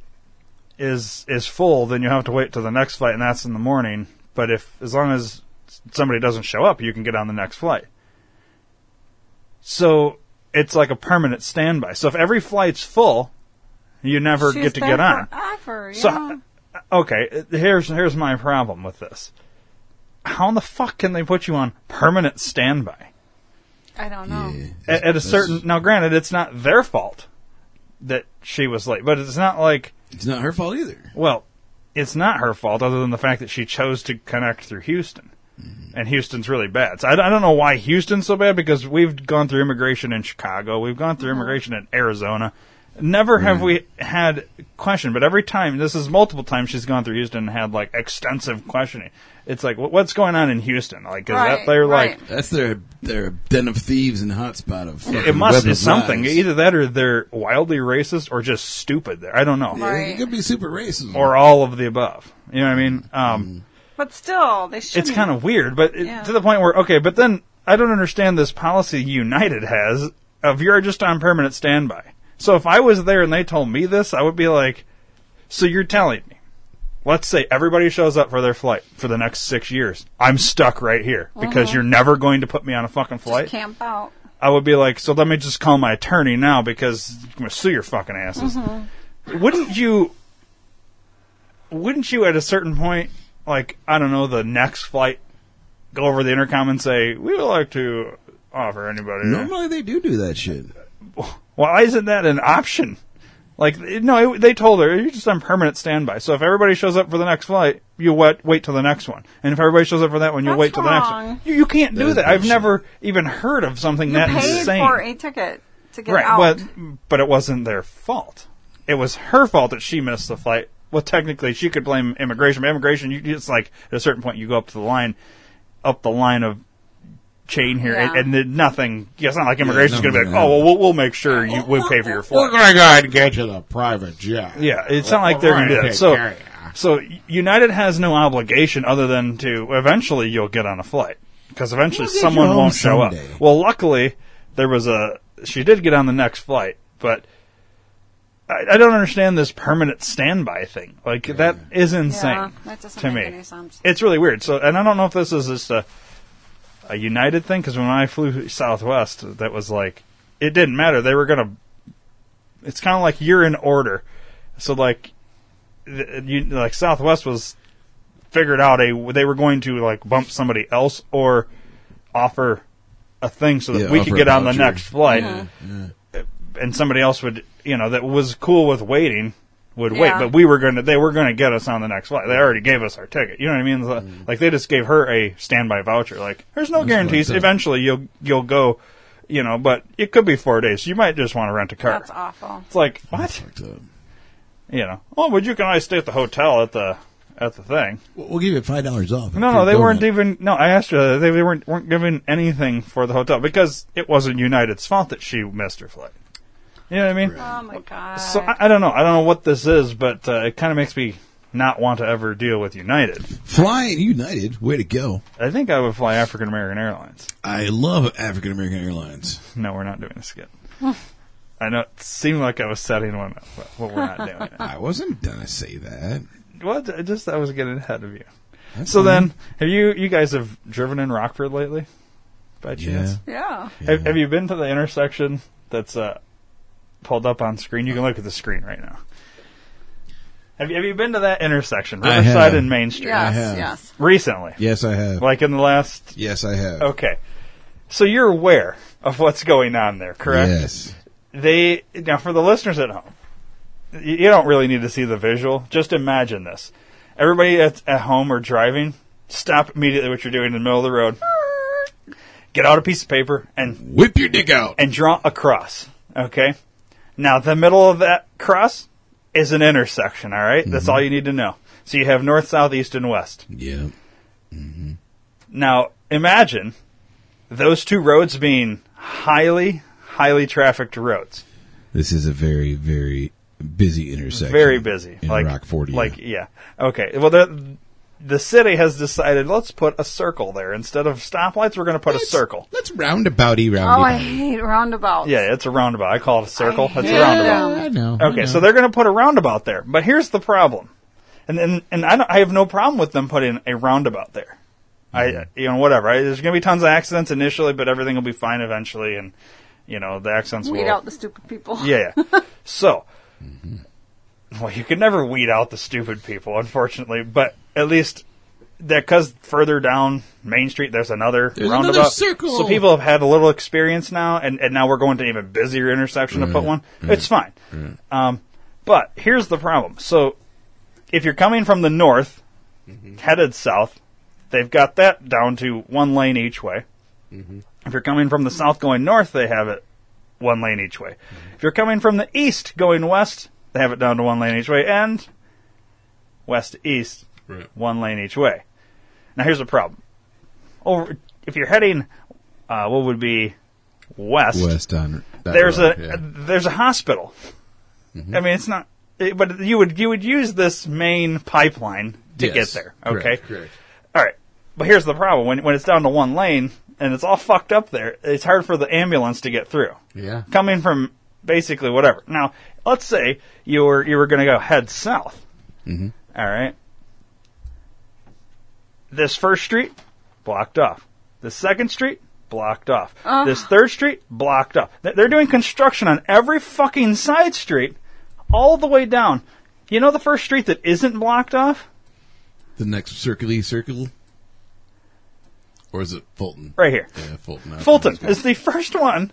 is is full, then you have to wait till the next flight, and that's in the morning. But if as long as somebody doesn't show up, you can get on the next flight. So it's like a permanent standby. So if every flight's full, you never She's get to there get on. forever, So- uh, yeah. Okay, here's here's my problem with this. How in the fuck can they put you on permanent standby? I don't know. Yeah. at, at a That's- certain now granted it's not their fault that she was late but it's not like It's not her fault either. well it's not her fault other than the fact that she chose to connect through houston and houston's really bad so I, I don't know why houston's so bad because we've gone through immigration in chicago we've gone through immigration in arizona never have we had question but every time this is multiple times she's gone through houston and had like extensive questioning it's like what- what's going on in houston like is that Right, they're like right. That's their their den of thieves and hotspot of. it fucking must web be of something. lies. Either that or they're wildly racist or just stupid. There, I don't know, Yeah, Right. It could be super racist. or all of the above. You know what I mean? Um, But still, they should. it's kind of weird, but it, Yeah. to the point where okay, but then I don't understand this policy United has of you're just on permanent standby. So if I was there and they told me this, I would be like, so you're telling me. Let's say everybody shows up for their flight for the next six years. I'm stuck right here because you're never going to put me on a fucking flight. camp out. I would be like, so let me just call my attorney now because I'm gonna sue your fucking asses. Mm-hmm. Wouldn't you? Wouldn't you at a certain point, like I don't know, the next flight, go over the intercom and say, "We would like to offer anybody." Normally they do do that shit. Why isn't that an option? Like, it- no, it, they told her you're just on permanent standby. So if everybody shows up for the next flight, you wait, wait till the next one, and if everybody shows up for that one, you That's wait till the next one. wrong. You, you can't That do is that. I've bullshit. never even heard of something that Paid insane for a ticket to get right, out. but but it wasn't their fault. It was her fault that she missed the flight. Well, technically, she could blame immigration. But immigration, you, it's like at a certain point, you go up to the line, up the line of chain here, Yeah. and, and then nothing. yeah, It's not like immigration's going to be nothing like, oh, happened. well, we'll, we'll make sure you we pay for your We're flight. gonna go ahead and get you the private jet. Yeah, it's not like they're going to do that. So, so United has no obligation other than to eventually you'll get on a flight because eventually get someone you won't show home someday. up. Well, luckily there was a she did get on the next flight, but I, I don't understand this permanent standby thing. Like that is insane Yeah, that doesn't to make me. any sense. It's really weird. So, and I don't know if this is just a a United thing because when I flew Southwest, that was like it didn't matter. They were gonna. It's kind of like you're in order, so like, th- you, like Southwest was figured out a they were going to like bump somebody else or offer a thing so that Yeah, we could offer get a on the voucher. next flight, and somebody else would you know that was cool with waiting would wait, Yeah. but we were gonna they were gonna get us on the next flight. They already gave us our ticket. You know what I mean? It's Like, like, they just gave her a standby voucher. Like there's no guarantees. fucked up. Eventually you'll you'll go, you know, but it could be four days. You might just want to rent a car. That's awful. It's like what Fucked up. you know. Oh, but you can I stay at the hotel at the at the thing. We'll we'll give you five dollars off. No, no, they weren't even. No, I asked her. that. They, they weren't weren't given anything for the hotel because it wasn't United's fault that she missed her flight. You know what I mean? Oh my god. So I, I don't know. I don't know what this is, but uh, it kind of makes me not want to ever deal with United. Flying United, way to go! I think I would fly African American Airlines. I love African American Airlines. No, we're not doing a skit. I know it seemed like I was setting one up, but but we're not doing it. I wasn't gonna say that. What? I just I was getting ahead of you. Mm-hmm. So then, have you you guys have driven in Rockford lately? By chance? yeah. Have, have you been to the intersection that's uh, pulled up on screen? You can look at the screen right now. Have you, have you been to that intersection, I Riverside have. and Main Street, Yes. have. Yes. recently? Yes, I have. Like in the last. Yes, I have. Okay. So you're aware of what's going on there, correct? Yes. They now for the listeners at home, y- you don't really need to see the visual. Just imagine this: everybody that's at home or driving, stop immediately what you're doing in the middle of the road. Get out a piece of paper and Whip your dick out. and draw a cross. Okay. Now the middle of that cross is an intersection. All right? that's all you need to know. So you have north, south, east, and west. Yeah. Now imagine those two roads being highly, highly trafficked roads. This is a very, very busy intersection. Very busy. In like Rock 40. Like yeah. Okay. Well, the the city has decided let's put a circle there instead of stoplights. We're going to put a circle. Let's roundabouty Oh, I roundabout. hate roundabouts. Yeah, it's a roundabout. I call it a circle. it's a hate roundabout. roundabout. I know. I Okay, know. so they're going to put a roundabout there. But here's the problem, and and, and I, don't, I have no problem with them putting a roundabout there. I you know whatever. I, there's going to be tons of accidents initially, but everything will be fine eventually, and you know the accidents Weed will. out the stupid people. yeah, yeah. so, well, you can never weed out the stupid people, unfortunately. But at least that because further down Main Street, there's another There's another roundabout. circle. So people have had a little experience now, and, and now we're going to an even busier intersection Mm, to put one. It's fine. Um, but here's the problem. So if you're coming from the north, Mm-hmm. headed south, they've got that down to one lane each way. Mm-hmm. If you're coming from the south going north, they have it one lane each way. If you're coming from the east going west, they have it down to one lane each way, and west to east, one lane each way. Now here's the problem. Over if you're heading, uh, what would be west? West on. that there's road, a yeah. Mm-hmm. there's a hospital. I mean, it's not. it- but you would you would use this main pipeline to Yes. get there. Okay. Correct, All right. But here's the problem: when when it's down to one lane and it's all fucked up there, it's hard for the ambulance to get through. Yeah. Coming from basically whatever. Now, let's say you were you were going to go head south. Mm-hmm. right. This first street blocked off. The second street blocked off. This third street blocked off. Th- They're doing construction on every fucking side street, all the way down. You know the first street that isn't blocked off? the next circly circle, E? or is it Fulton? Right here. Yeah, Fulton. I Fulton think it's- is the first one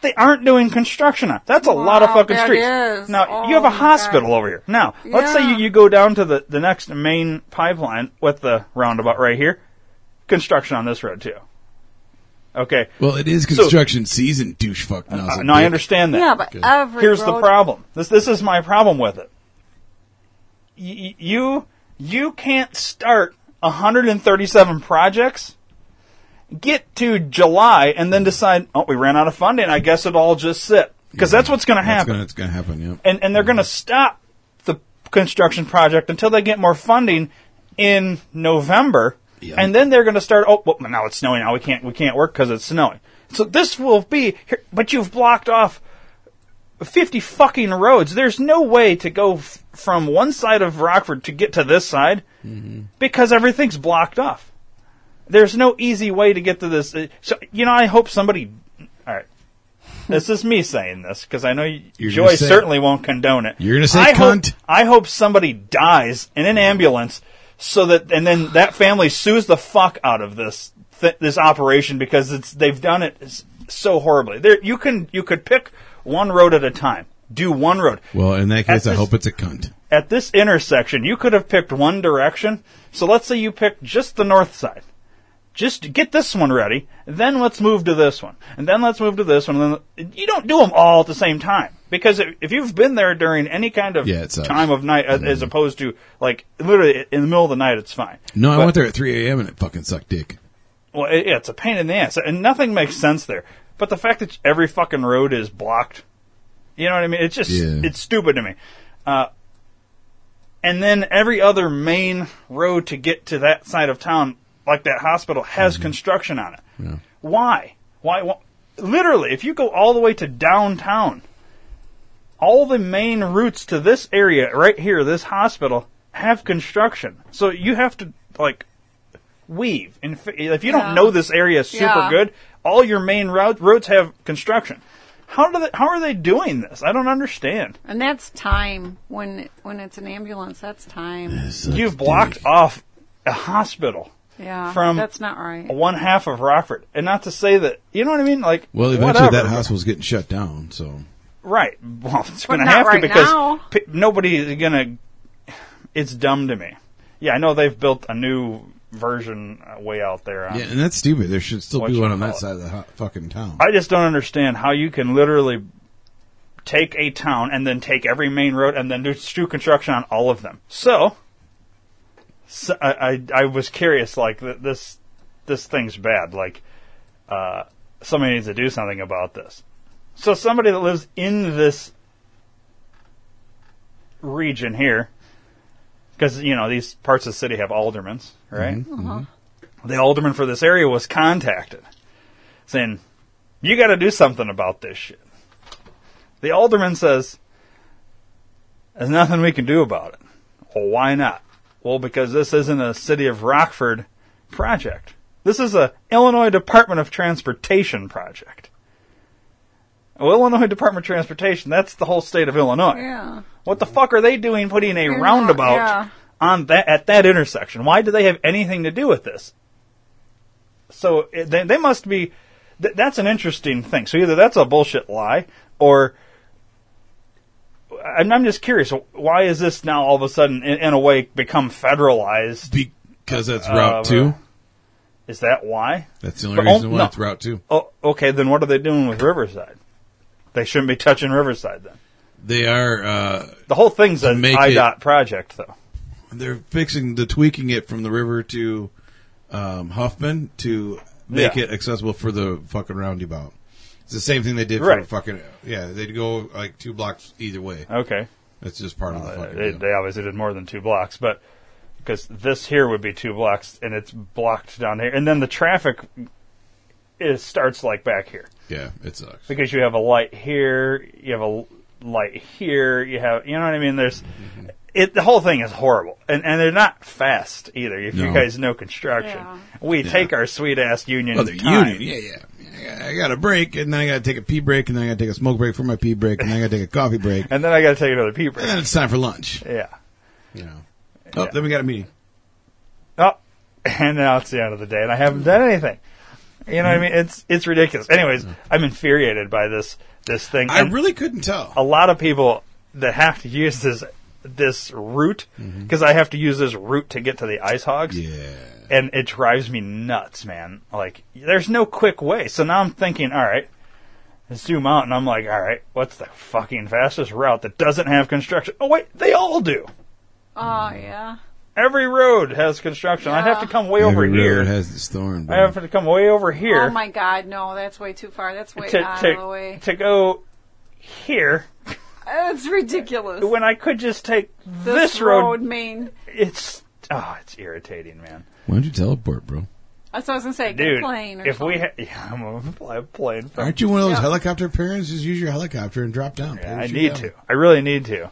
they aren't doing construction on. That's a lot of Wow, fucking that streets. is. Now, Oh, you have a my hospital God. over here. Now, let's say you, Yeah. you go down to the, the next main pipeline with the roundabout right here. Construction on this road, too. Okay. Well, it is construction season, douchefuck. Uh, nozzle no, I dick. understand that. Yeah, but every Here's the road- problem. This this is my problem with it. Y- y- you you can't start 137 projects, get to July, and then decide, oh, we ran out of funding. I guess it all just sit because that's what's going to That's happen. gonna, it's gonna happen. Yep. and and they're going to stop the construction project until they get more funding in November, Yeah. and then they're going to start. Oh, well, now it's snowing. Now we can't we can't work because it's snowing. So this will be. here- But you've blocked off fifty fucking roads. There's no way to go f- from one side of Rockford to get to this side because everything's blocked off. There's no easy way to get to this. uh, So you know, I hope somebody. All right. This is me saying this because I know y- You're gonna Joy say- certainly won't condone it. You're gonna say I cunt. Hope, I hope somebody dies in an ambulance so that, and then that family sues the fuck out of this th- this operation because it's they've done it s- so horribly. There, you can you could pick one road at a time. Do one road Well, in that At case, I this- hope it's a cunt. at this intersection, you could have picked one direction. So let's say you picked just the north side. just get this one ready, then let's move to this one, and then let's move to this one. And then you don't do them all at the same time because if, if you've been there during any kind of Yeah, it sucks. time of night, as, as opposed to like literally in the middle of the night, it's fine. No, I But- went there at 3 a.m. and it fucking sucked dick. Well, it, yeah, it's a pain in the ass, and nothing makes sense there. But the fact that every fucking road is blocked, you know what I mean? It's just Yeah. it's stupid to me. Uh, and then every other main road to get to that side of town, like that hospital, has construction on it. Why? Why? Why? Literally, if you go all the way to downtown, all the main routes to this area right here, this hospital, have construction. So you have to like weave. And fi- if you Yeah. don't know this area super Yeah. good, all your main route, roads have construction. How do they, how are they doing this? I don't understand. And that's time when when it's an ambulance. That's time. You've blocked off a hospital, Yeah, From- that's not right. one half of Rockford, and not to say that you know what I mean. Like Well, eventually whatever. that hospital's getting shut down, so. Right. Well, it's But going to not have right to because now. p- nobody is going to. It's dumb to me. Yeah, I know they've built a new version uh, way out there. On, Yeah, and that's stupid. There should still be What one you call on that it. side of the ho- fucking town. I just don't understand how you can literally take a town and then take every main road and then do street construction on all of them. So, so I, I I was curious, like th- this this thing's bad. Like uh, somebody needs to do something about this. So somebody that lives in this region here, because you know these parts of the city have aldermans, right? The alderman for this area was contacted, saying, "You got to do something about this shit." The alderman says, "There's nothing we can do about it." Well, why not? Well, because this isn't a city of Rockford project. This is a Illinois Department of Transportation project. Well, Illinois Department of Transportation, that's the whole state of Illinois. Yeah, What the fuck are they doing putting a not- roundabout yeah. on that at that intersection? Why do they have anything to do with this? So it, they they must be th- that's an interesting thing. So either that's a bullshit lie or I'm, I'm just curious why is this now all of a sudden in, in a way become federalized? because that's Route Uh, 2. Is that why? That's the only but on- reason why no. it's Route 2. Oh, okay, then what are they doing with Riverside? They shouldn't be touching Riverside then. They are, uh, The whole thing's an make it- IDOT project though. they're fixing the tweaking it from the river to um, Huffman to make Yeah. it accessible for the fucking roundabout. It's the same thing they did Right. for fucking yeah. They'd go like two blocks either way. Okay. That's just part of the Uh, fucking. they, deal. they obviously did more than two blocks, but because this here would be two blocks and it's blocked down here, and then the traffic is starts like back here yeah, it sucks. because you have a light here, you have a l- light here, you have you know what I mean. There's Mm-hmm. it. The whole thing is horrible, and and they're not fast either. If you No. guys know construction, Yeah. we take our sweet ass union Oh, the time. union. Yeah, yeah. I got- I got a break, and then I got to take a pee break, and then I got to take a smoke break for my pee break, and then I got to take a coffee break, and and then I got to take another pee break. then it's time for lunch. Yeah. You know. Oh, Yeah. then we got a meeting. Oh, and now it's the end of the day, and I haven't done anything. You know what I mean? It's it's ridiculous. Anyways, I'm infuriated by this this thing. Mm. I And really couldn't tell. a lot of people that have to use this this route because I have to use this route to get to the ice hogs, Mm-hmm. yeah. and it drives me nuts, man. Like, there's no quick way. So now I'm thinking, all right, zoom out, and I'm like, all right, what's the fucking fastest route that doesn't have construction? Oh wait, they all do. oh yeah. Every road has construction. I'd have to Yeah. come way over Every here. road has its thorn. I bro. have to come way over here Oh my God, no, that's way too far. That's way to, out of the to, way. to go here It's ridiculous. when I could just take this, this, road. road, main. It's oh, it's irritating, man. Why don't you teleport, bro? That's what I was gonna say. get a Dude, plane or if we something. ha- yeah, I'm gonna fly a plane. From- Aren't you one of those Yeah. helicopter parents? Just use your helicopter and drop down. Yeah, I parachute need down. to. I really need to.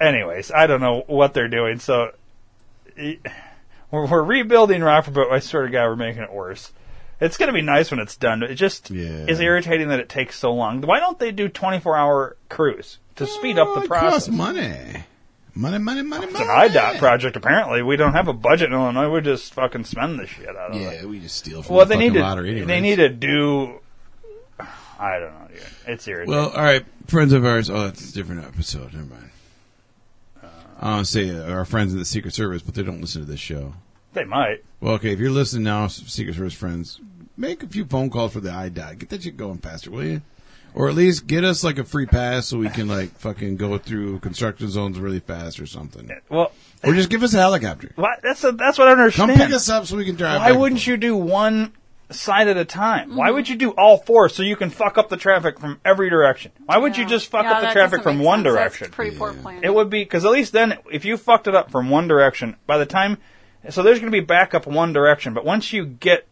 Anyways, I don't know what they're doing. So e- we're, we're rebuilding Rockford, but I swear to God, we're making it worse. It's going to be nice when it's done. but It just Yeah. is irritating that it takes so long. Why don't they do 24 hour cruise to speed up Oh, the it process? costs money. Money, money, money, It's an money. IDOT project, apparently. We don't have a budget in Illinois. We just fucking spend the shit out of it. Yeah, we just steal from Well, the they fucking need to. lottery anyway. They need to do. I don't know, dude. It's irritating. Well, all right, friends of ours. Oh, that's a different episode. Never mind. I want to say uh, our friends in the Secret Service, but they don't listen to this show. They might. Well, okay, if you're listening now, Secret Service friends, make a few phone calls for the iDot. Get that shit going faster, will you? Or at least get us like a free pass so we can like fucking go through construction zones really fast or something. Well, Or just give us a helicopter. why, that's a, that's what I don't Come understand. pick us up so we can drive. Why wouldn't you do one side at a time? Why Mm-hmm. would you do all four so you can fuck up the traffic from every direction? Why would you Yeah. just fuck Yeah, up the that traffic doesn't from make one sense. That's direction? pretty poor planning. It would be because at least then, if you fucked it up from one direction, by the time, so there's going to be backup one direction. But once you get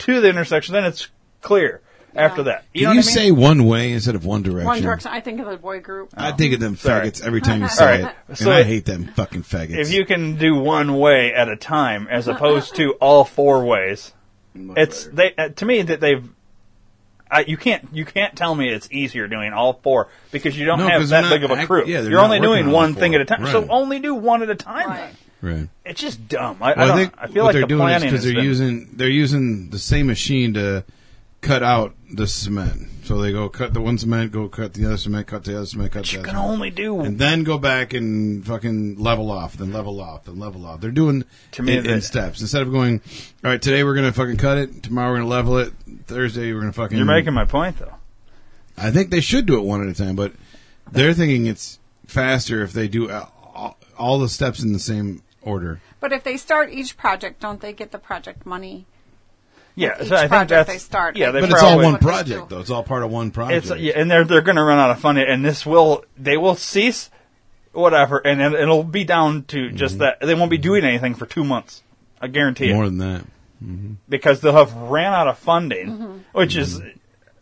to the intersection, then it's clear. After that, you Can you know what I mean? say one way instead of one direction? One Direction. I think of the boy group. I think of them Sorry. faggots every time you say All right. it, So and I if- hate them fucking faggots. if you can do one way at a time as opposed to all four ways, it's they uh, to me that they've. I, you can't you can't tell me it's easier doing all four because you don't No, have 'cause they're that not big of a act- crew. yeah, they're You're not only working doing on one all thing four. at a time, so Right. only do one at a time. Right. then. right? It's just dumb. I, I Well, don't. I think I feel what like they're the doing is planning because they're been- using they're using the same machine to cut out the cement. So they go cut the one cement, go cut the other cement, cut the other cement, cut the You other can cement. only do and then go back and fucking level off, then level off, then level off. They're doing To me, it in that- steps instead of going. All right, today we're gonna fucking cut it. Tomorrow we're gonna level it. Thursday we're gonna fucking. You're making my point though. I think they should do it one at a time, but they're thinking it's faster if they do a- all, all the steps in the same order. But if they start each project, don't they get the project money? Yeah, each so I think project that's they start. Yeah, they But But it's all probably- one what they project, do. though. It's all part of one project. It's yeah, and they're they're going to run out of funding, and this will they will cease whatever, and it, it'll be down to just that they won't be doing anything for two months. I guarantee Mm-hmm. More it than that. because they'll have ran out of funding, Mm-hmm. which is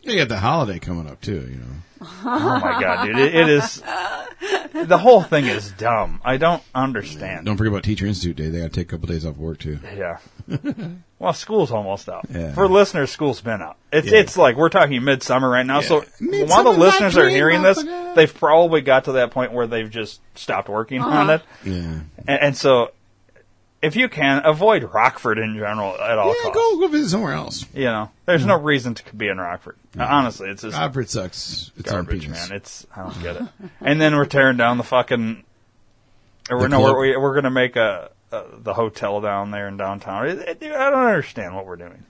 You got the holiday coming up too, you know. oh my god, dude, it, it is the whole thing is dumb. I don't understand. Don't forget about Teacher Institute Day. They got to take a couple days off work too. Yeah. well, school's almost out. Yeah. For listeners, school's been out. It's Yeah. it's like we're talking midsummer right now. So while Midsummer the my listeners are dream, hearing this, motherfucker. they've probably got to that point where they've just stopped working on it. Yeah. And, and so, if you can avoid Rockford in general at all Yeah, costs, go go visit somewhere else. you know, there's no reason to be in Rockford. Honestly, it's just Opera sucks. It's on garbage, penis. man. It's I don't get it. and then we're tearing down the fucking. Or we're, The no, club. we're, we're going to make a, a the hotel down there in downtown. It- it- dude, I don't understand what we're doing.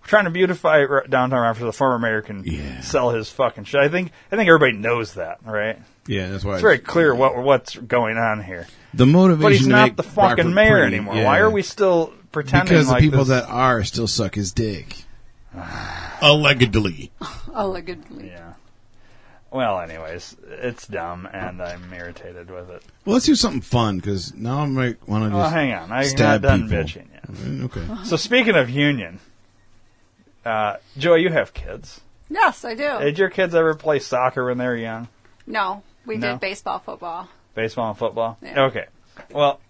We're trying to beautify r- downtown after the former mayor can Yeah. sell his fucking shit. I think I think everybody knows that, right? Yeah, that's why It's very clear what what's going on here. the motivation. But he's to not make the fucking Rockford mayor pretty, anymore. yeah. Why are we still pretending Because like the people this? that are still suck his dick. Allegedly. Elegantly. Yeah. Well, anyways, it's dumb, and I'm irritated with it. Well, let's do something fun because now I might want to just. Well, Oh, hang on, I'm not stab done people. bitching yet. Mm, Okay. So speaking of union, uh, Joy, you have kids. Yes, I do. Did your kids ever play soccer when they were young? no, we No. did baseball, football. Baseball and football. Yeah. Okay. Well,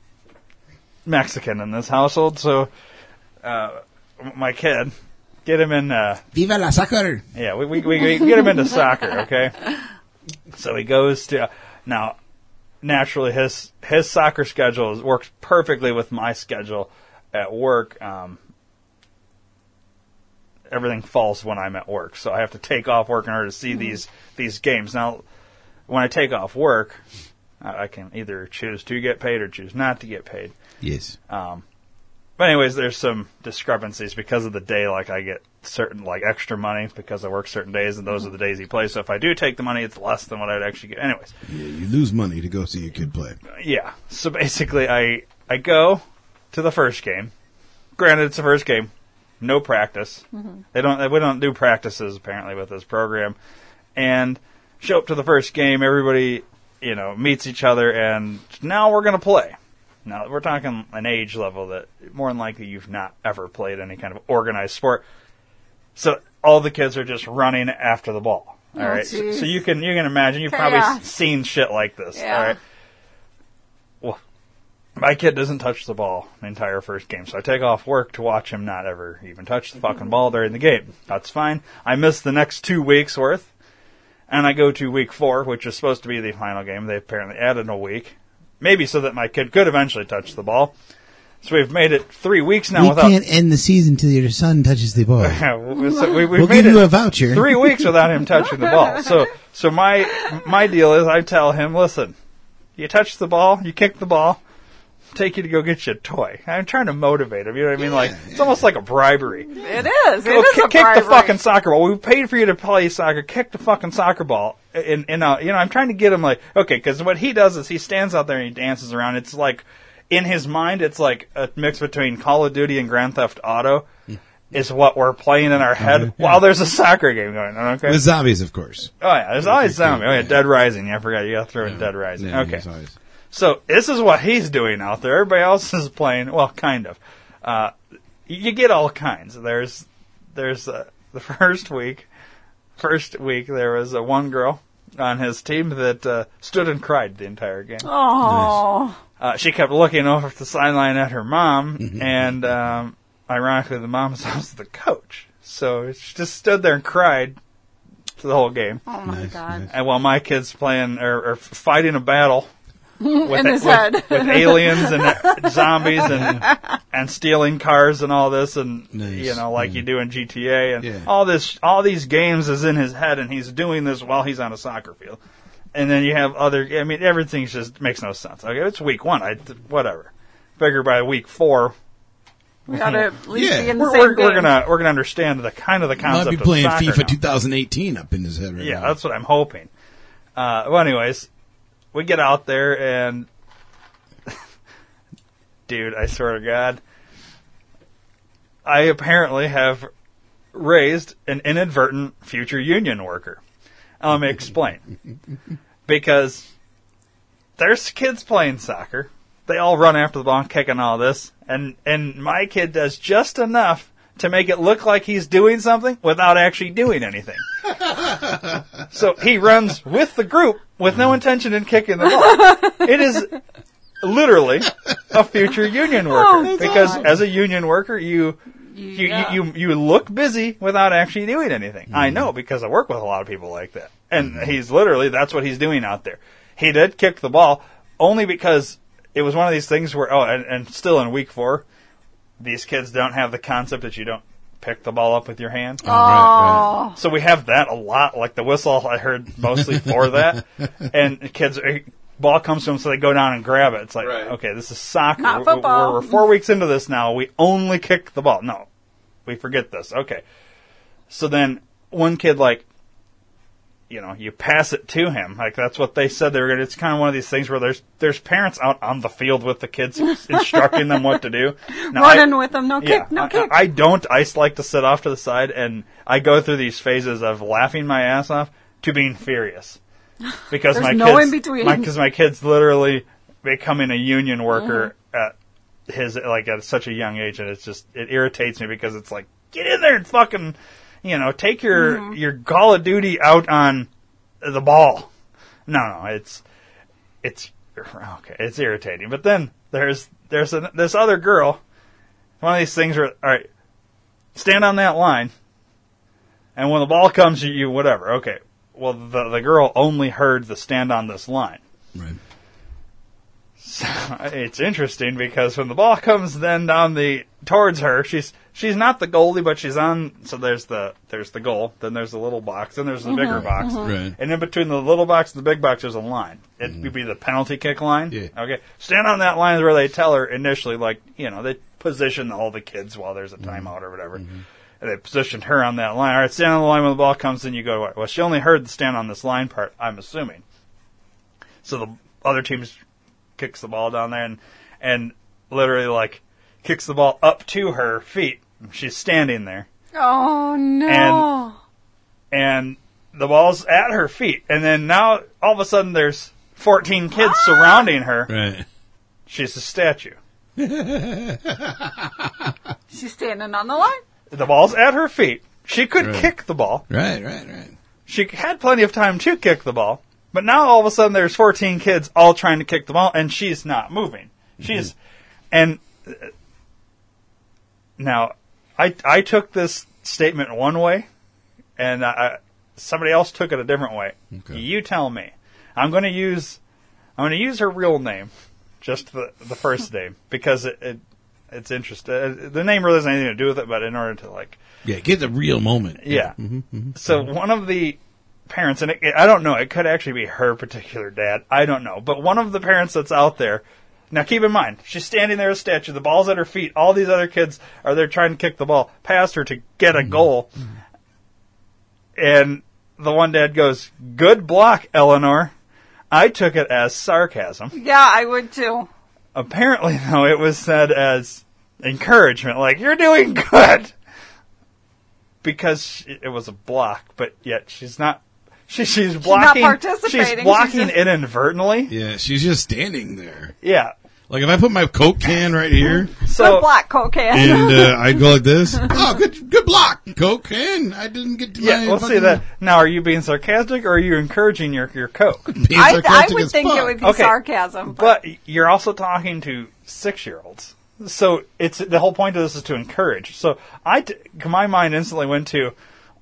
Mexican in this household, so uh, my kid, get him in. Uh, Viva la soccer! yeah, we, we we we get him into soccer. Okay. So he goes to now. Naturally, his his soccer schedule is- works perfectly with my schedule at work. Um, everything falls when I'm at work, so I have to take off work in order to see these these games. Now, when I take off work, I, I can either choose to get paid or choose not to get paid. Yes. But anyways, there's some discrepancies because of the day. Like I get certain like extra money because I work certain days, and those are the days he plays. So if I do take the money, it's less than what I'd actually get. Anyways, Yeah, you lose money to go see your kid play. yeah. So basically, I I go to the first game. Granted, it's the first game, no practice. They don't we don't do practices apparently with this program, and show up to the first game. Everybody you know meets each other, and now we're gonna play. Now we're talking an age level that more than likely you've not ever played any kind of organized sport. So all the kids are just running after the ball. All right, so, geez. so you can you can imagine you've probably Chaos. s- seen shit like this. Yeah. All right, well, my kid doesn't touch the ball the entire first game, so I take off work to watch him not ever even touch the fucking ball during the game. That's fine. I miss the next two weeks worth, and I go to week four, which is supposed to be the final game. They apparently added a week, maybe so that my kid could eventually touch the ball. So we've made it three weeks now we without. can't end the season till your son touches the ball. so we, we've We'll made give it you a voucher. three weeks without him touching the ball. So so my my deal is I tell him, listen, you touch the ball, you kick the ball, take you to go get you a toy. I'm trying to motivate him. You know what I mean? Like it's almost like a bribery. It is. It Go is ki- a kick bribery. the fucking soccer ball. We paid for you to play soccer. Kick the fucking soccer ball. And, and uh, you know, I'm trying to get him like, okay, because what he does is he stands out there and he dances around. It's like, in his mind, it's like a mix between Call of Duty and Grand Theft Auto. Is what we're playing in our head while there's a soccer game going on. Okay. With zombies, of course. oh yeah, there's always zombie. Oh yeah, Dead Rising. Yeah, I forgot you got to throw in Dead Rising. Yeah, okay. zombies. So this is what he's doing out there. Everybody else is playing. Well, kind of. Uh, you get all kinds. There's there's uh, the first week. First week there was a one girl on his team that uh, stood and cried the entire game. Oh, Uh, she kept looking over the sideline at her mom, and um, ironically, the mom's also the coach. So she just stood there and cried for the whole game. oh my god. And while my kid's playing or, or fighting a battle with, In his with- head. with aliens and uh, zombies and and stealing cars and all this and Nice. you know like you do in GTA and Yeah. all this all these games is in his head and he's doing this while he's on a soccer field. And then you have other I mean everything's just makes no sense. Okay, it's week 1. I whatever. Figure by week 4 We ought to at least Yeah. be in the we're, same we're, game. we're gonna we're gonna understand the kind of the concept Might be of playing soccer FIFA now. 2018 up in his head right Yeah, now. that's what I'm hoping. Uh, well, anyways, we get out there and, dude, I swear to God, I apparently have raised an inadvertent future union worker. Um, explain, because there's kids playing soccer. They all run after the ball, kicking all this, and and my kid does just enough to make it look like he's doing something without actually doing anything. So he runs with the group with no intention in kicking the ball. It is literally a future union worker because as a union worker you you, yeah. you you you look busy without actually doing anything. I know because I work with a lot of people like that, and he's literally that's what he's doing out there. He did kick the ball only because it was one of these things where oh, and, and still in week four, these kids don't have the concept that you don't pick the ball up with your hand. Oh, right, right. So we have that a lot. Like the whistle, I heard mostly for that. And kids, eh, ball comes to them, so they go down and grab it. It's like, okay, this is soccer. Not We- we- football. We're, we're four weeks into this now. We only kick the ball. No, we forget this. Okay. So then one kid, like, you know, you pass it to him. Like that's what they said they were going to. It's kind of one of these things where there's there's parents out on the field with the kids instructing them what to do. Now, I- Running with them, no yeah, kick, no I, kick. I don't. I s- like to sit off to the side, and I go through these phases of laughing my ass off to being furious because There's my no kids, in between. because my, kids literally becoming a union Mm-hmm. worker at his like at such a young age, and it's just it irritates me because it's like get in there and fucking you know take your Mm-hmm. your Call of Duty out on the ball. No, no, it's it's okay. It's irritating, but then there's there's an, this other girl one of these things where all right, stand on that line, and when the ball comes, you, you whatever. Okay, well the the girl only heard the stand on this line. Right. So it's interesting because when the ball comes then down the towards her, she's she's not the goalie, but she's on. So there's the there's the goal, then there's the little box, then there's the bigger box, Right. and in between the little box and the big box, there's a line. It would be the penalty kick line. Yeah. Okay. Stand on that line is where they tell her initially, like, you know, they position all the kids while there's a timeout or whatever. And they positioned her on that line. All right, stand on the line when the ball comes in, you go away. Well, she only heard the stand on this line part, I'm assuming. So the other team just kicks the ball down there and, and literally, like, kicks the ball up to her feet. She's standing there oh no. And- and the ball's at her feet. And then now all of a sudden there's 14 kids surrounding her. Right. She's a statue. She's standing on the line. The ball's at her feet. She could Right. kick the ball. Right, right, right. She had plenty of time to kick the ball. But now all of a sudden there's 14 kids all trying to kick the ball and she's not moving. She's and uh, now I I took this statement one way and I, somebody else took it a different way. Okay. You tell me. I'm going to use I'm going to use her real name, just the the first name because it, it it's interesting. The name really doesn't have anything to do with it, but in order to like Yeah, get the real moment. yeah. So one of the parents, and it, I don't know, it could actually be her particular dad. I don't know, but one of the parents that's out there Now keep in mind, she's standing there a statue. The ball's at her feet. All these other kids are there trying to kick the ball past her to get a goal. And the one dad goes, "Good block, Eleanor." I took it as sarcasm. Yeah, I would too. Apparently, though, it was said as encouragement, like, you're doing good! Because she- it was a block, but yet she's not. She, she's not blocking. participating, she's blocking just- inadvertently. Yeah, she's just standing there. Yeah. Like if I put my Coke can right here Good So block, cocaine. and uh, I go like this, oh, good good block, Coke can. I didn't get to yeah, my let's see fucking that. Now, are you being sarcastic or are you encouraging your your coke? being I, I sarcastic would as think it fuck. would be Okay. sarcasm. But you're also talking to six year olds. So it's the whole point of this is to encourage. So I, t- my mind instantly went to,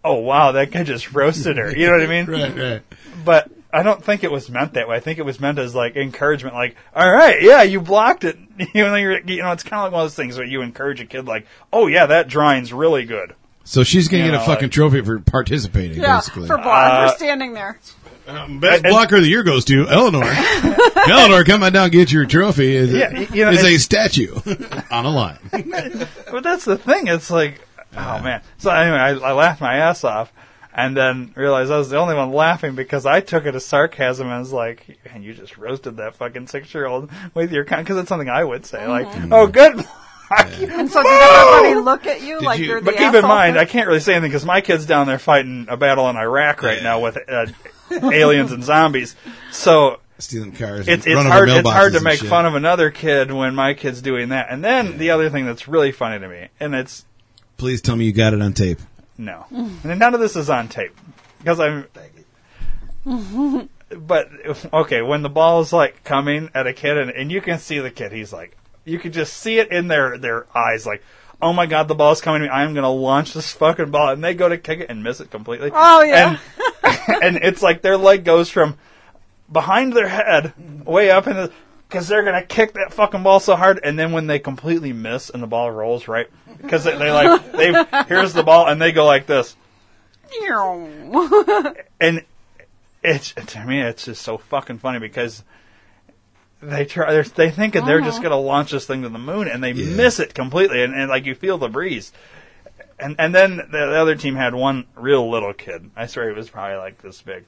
oh wow, that guy just roasted her. You know what I mean? Right, right. But I don't think it was meant that way. I think it was meant as like encouragement, like, all right, yeah, you blocked it. You know, you're, you know, it's kind of like one of those things where you encourage a kid, like, oh yeah, that drawing's really good. So she's gonna You get a know, fucking like- trophy for participating, yeah, basically. for block, Uh, we're standing there. Um, best blocker of the year goes to Eleanor. Eleanor, come on down, get your trophy. It's, Yeah, you know, it's a it's- statue on a line. But that's the thing. It's like, oh man. So anyway, I, I laughed my ass off, and then realized I was the only one laughing because I took it as sarcasm and was like, "Man, you just roasted that fucking six-year-old with your con." Because it's something I would say, like, "Oh, good." And so did everybody look at you like you- you, are the But keep in asshole? mind, I can't really say anything because my kid's down there fighting a battle in Iraq right now with uh, aliens and zombies. So Stealing cars. it's, it's and run over hard it's mailboxes hard to and make shit. fun of another kid when my kid's doing that. And then the other thing that's really funny to me, and it's Please tell me you got it on tape. No, and none of this is on tape because I'm. but okay, when the ball is like coming at a kid, and, and you can see the kid, he's like, you could just see it in their their eyes, like, oh my god, the ball's coming to me, I'm gonna launch this fucking ball, and they go to kick it and miss it completely. Oh, yeah. and, and it's like their leg goes from behind their head way up in the. Because they're gonna kick that fucking ball so hard, and then when they completely miss and the ball rolls right, because they, they like they here's the ball and they go like this, and it's to me it's just so fucking funny because they try they're, they think that they're Uh-huh. just gonna launch this thing to the moon and they miss it completely and, and like you feel the breeze and and then the, the other team had one real little kid I swear he was probably like this big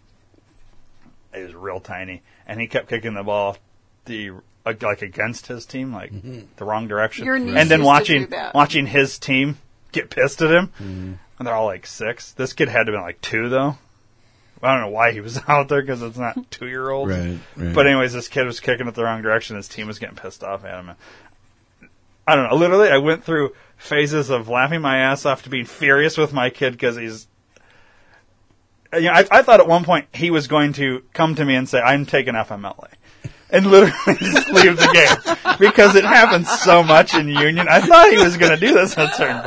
he was real tiny and he kept kicking the ball the like, like against his team like the wrong direction Your niece and then used to watching do that. watching his team get pissed at him and they're all like six this kid had to be like two though. I don't know why he was out there because it's not two year olds. Right, right. But anyways, this kid was kicking it the wrong direction. His team was getting pissed off at him. I don't know. Literally, I went through phases of laughing my ass off to being furious with my kid because he's. You know, I, I thought at one point he was going to come to me and say, "I'm taking FMLA." And literally just leave the game because it happens so much in Union. I thought he was going to do this at a certain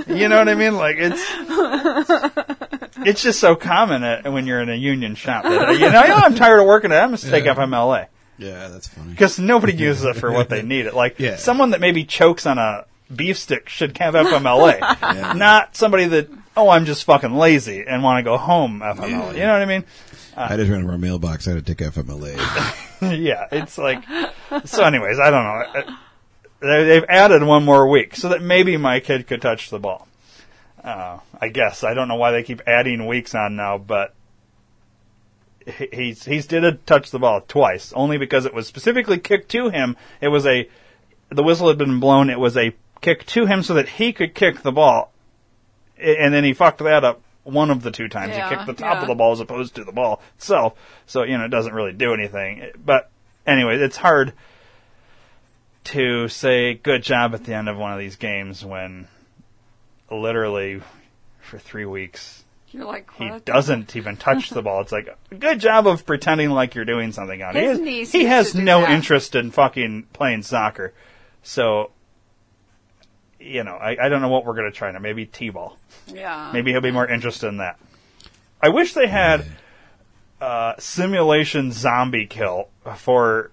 point. You know what I mean? Like it's it's just so common at, when you're in a union shop. That, uh, you know, "You know, I'm tired of working at. I'm going to take FMLA Yeah, that's funny. because nobody uses it for what they need it. Like Yeah. someone that maybe chokes on a beef stick should have FMLA, not somebody that oh I'm just fucking lazy and want to go home FMLA. You know what I mean? I just ran over a mailbox. I had to take FMLA. yeah, it's like so. Anyways, I don't know. Uh, they- They've added one more week so that maybe my kid could touch the ball. Uh, I guess I don't know why they keep adding weeks on now, but he- he's he's did a touch the ball twice, only because it was specifically kicked to him. It was a the whistle had been blown. It was a kick to him so that he could kick the ball, A- and then he fucked that up one of the two times. Yeah, he kicked the top yeah. of the ball as opposed to the ball itself. So you know it doesn't really do anything. But anyway, it's hard to say good job at the end of one of these games when literally for three weeks You're like, he what? doesn't even touch the ball. It's like good job of pretending like you're doing something on His it. He, niece he used has to do no that. interest in fucking playing soccer. So you know, I, I don't know what we're gonna try now. Maybe T ball. Yeah. Maybe he'll be more interested in that. I wish they had uh, simulation zombie kill for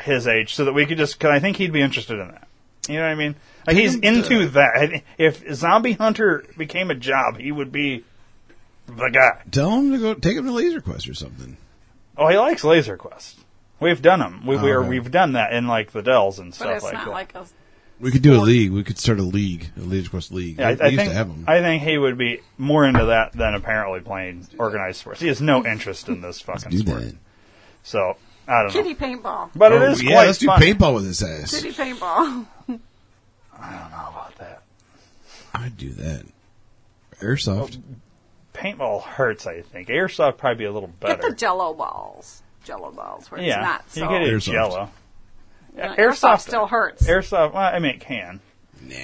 his age, so that we could just. Cause I think he'd be interested in that. You know what I mean? Like he's into that. I thi- If Zombie Hunter became a job, he would be the guy. Tell him to go take him to Laser Quest or something. Oh, he likes Laser Quest. We've done them. We, we are, Okay. we've done that in like the Dells and But stuff it's like not that. like a. We could do a league. We could start a league, a League Quest league. yeah, I, I they used think to have them. I think he would be more into that than apparently playing organized sports. He has no interest in this fucking do sport. that. So I don't know, Kitty paintball. but it Oh, is yeah, quite let's do fun. paintball with his ass. Kitty paintball. How about that? I'd do that. Airsoft. Paintball hurts. I think airsoft probably be a little Get better. the Jello balls. Jello balls where yeah, it's not so. you get it in Airsoft. Jello. Yeah, Yeah, airsoft still hurts. Airsoft. Well, I mean, it can. Nah.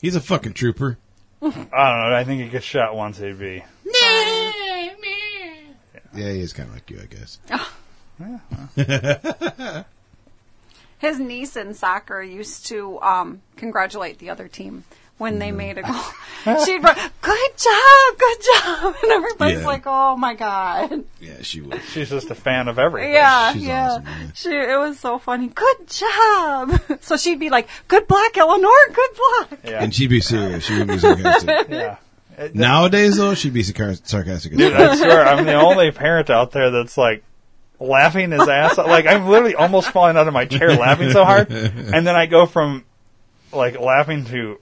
He's a fucking trooper. I don't know. I think he gets shot once. He'd be. Yeah, he is kind of like you, I guess. His niece in soccer used to um, congratulate the other team when they made a goal. She'd run, good job, good job, and everybody's Yeah. like, oh my god, Yeah, she would. She's just a fan of everything. yeah, she's yeah. awesome, man. She, it was so funny. Good job. So she'd be like, good block, Eleanor, good block. Yeah. And she'd be serious. She wouldn't be sarcastic. yeah. It- Nowadays, though, she'd be sarca- sarcastic. Dude, I swear, I'm the only parent out there that's like laughing his ass off. Like I'm literally almost falling out of my chair laughing so hard, and then I go from like laughing to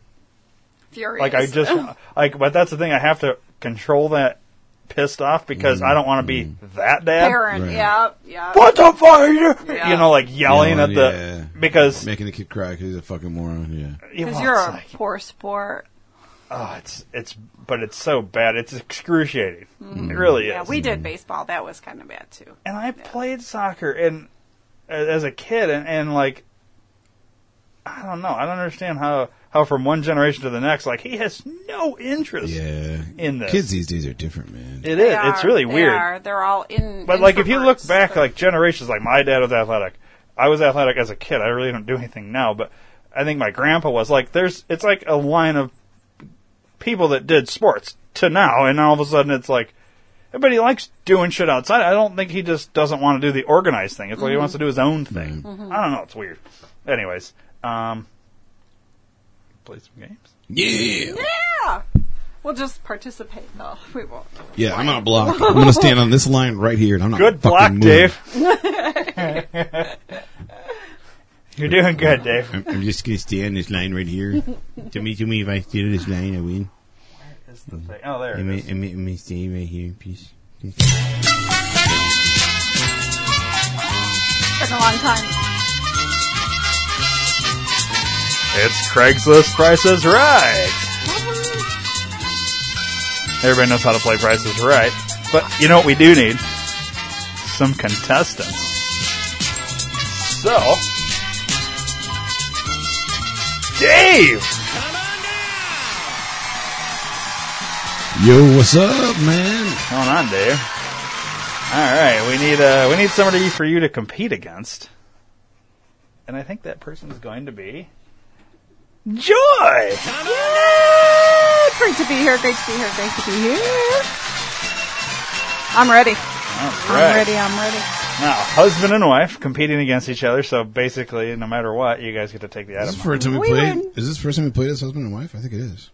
Furious. like I just Oh. like. But that's the thing, I have to control that pissed off because I don't want to be Mm-hmm. that dad. parent. Right. Yeah, yeah. What the fuck? Are you? Yeah. you know, like yelling at Yelling, the yeah. because Making the kid cry because he's a fucking moron. Yeah. you Because know, you're it's a like, poor sport. oh, it's it's but it's so bad. It's excruciating. It really is. Mm. Yeah, we did baseball. That was kind of bad too. and I played soccer and a- as a kid and, and like I don't know I don't understand how how from one generation to the next like he has no interest Yeah. in this Kids these days are different, man. it They is it's are- really they weird Are. They're all in. but like if you look introverts. back like generations like my dad was athletic I was athletic as a kid I really don't do anything now but I think my grandpa was like there's it's like a line of people that did sports to now and all of a sudden it's like everybody likes doing shit outside I don't think he just doesn't want to do the organized thing it's like he wants to do his own thing I don't know it's weird anyways um play some games Yeah. Yeah. We'll just participate though. We won't. Yeah, I'm gonna block. I'm gonna stand on this line right here, and I'm not. good fucking block moving. Dave you're doing good Dave I'm, I'm just gonna stand on this line right here. tell me, tell me if I steal this line, I win. is the thing oh there it Am I, is. am I, am I staying right here in peace? It's been a long time. It's Craigslist Prices Right. Everybody knows how to play Prices Right, but you know what we do need? Some contestants. So, Dave, Yo, what's up, man? hold on, Dave. All right, we need uh, we need somebody for you to compete against, and I think that person is going to be Joy. Yay! Great to be here. Great to be here. Great to be here. I'm ready. All I'm right. ready. I'm ready. Now, husband and wife competing against each other. So basically, no matter what, you guys get to take the Is item. this the first time we, We played? win. Is this the first time we played as husband and wife? I think it is.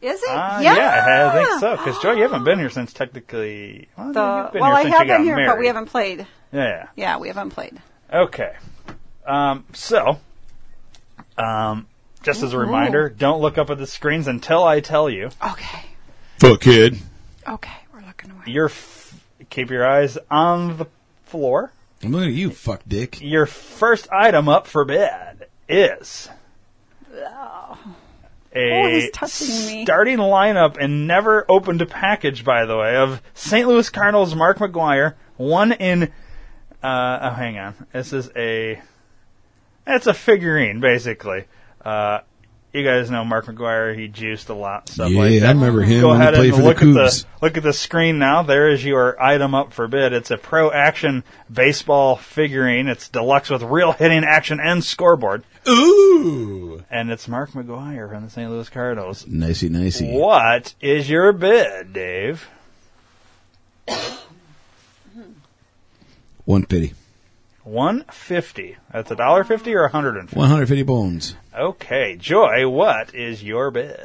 Is it? Ah, yeah. yeah, I think so. Because Joe, you haven't been here since technically. Well, The, you've been well, here I since have you got been here, but we married. haven't played. Yeah. Yeah, we haven't played. Okay. Um, so, um, just as a reminder, don't look up at the screens until I tell you. Okay. Fuck kid. Okay. We're looking away. Your f- keep your eyes on the floor. I'm looking at you, fuck dick. Your first item up for bid is Oh, a he's touching me. starting lineup and never opened a package, by the way, of St. Louis Cardinals Mark McGuire, one in. Uh, oh, hang on. This is a. That's a figurine, basically. Uh, you guys know Mark McGuire. He juiced a lot, stuff yeah, like that. I remember him Go when he ahead played and for look the at Cougs. the look at the screen now. There is your item up for bid. It's a pro action baseball figurine. It's deluxe with real hitting action and scoreboard, Ooh, and it's Mark McGuire from the St. Louis Cardinals. nicey, nicey. What is your bid, Dave? One fifty. One fifty. That's a dollar fifty or a hundred and fifty. One hundred fifty bones. Okay, Joy. What is your bid?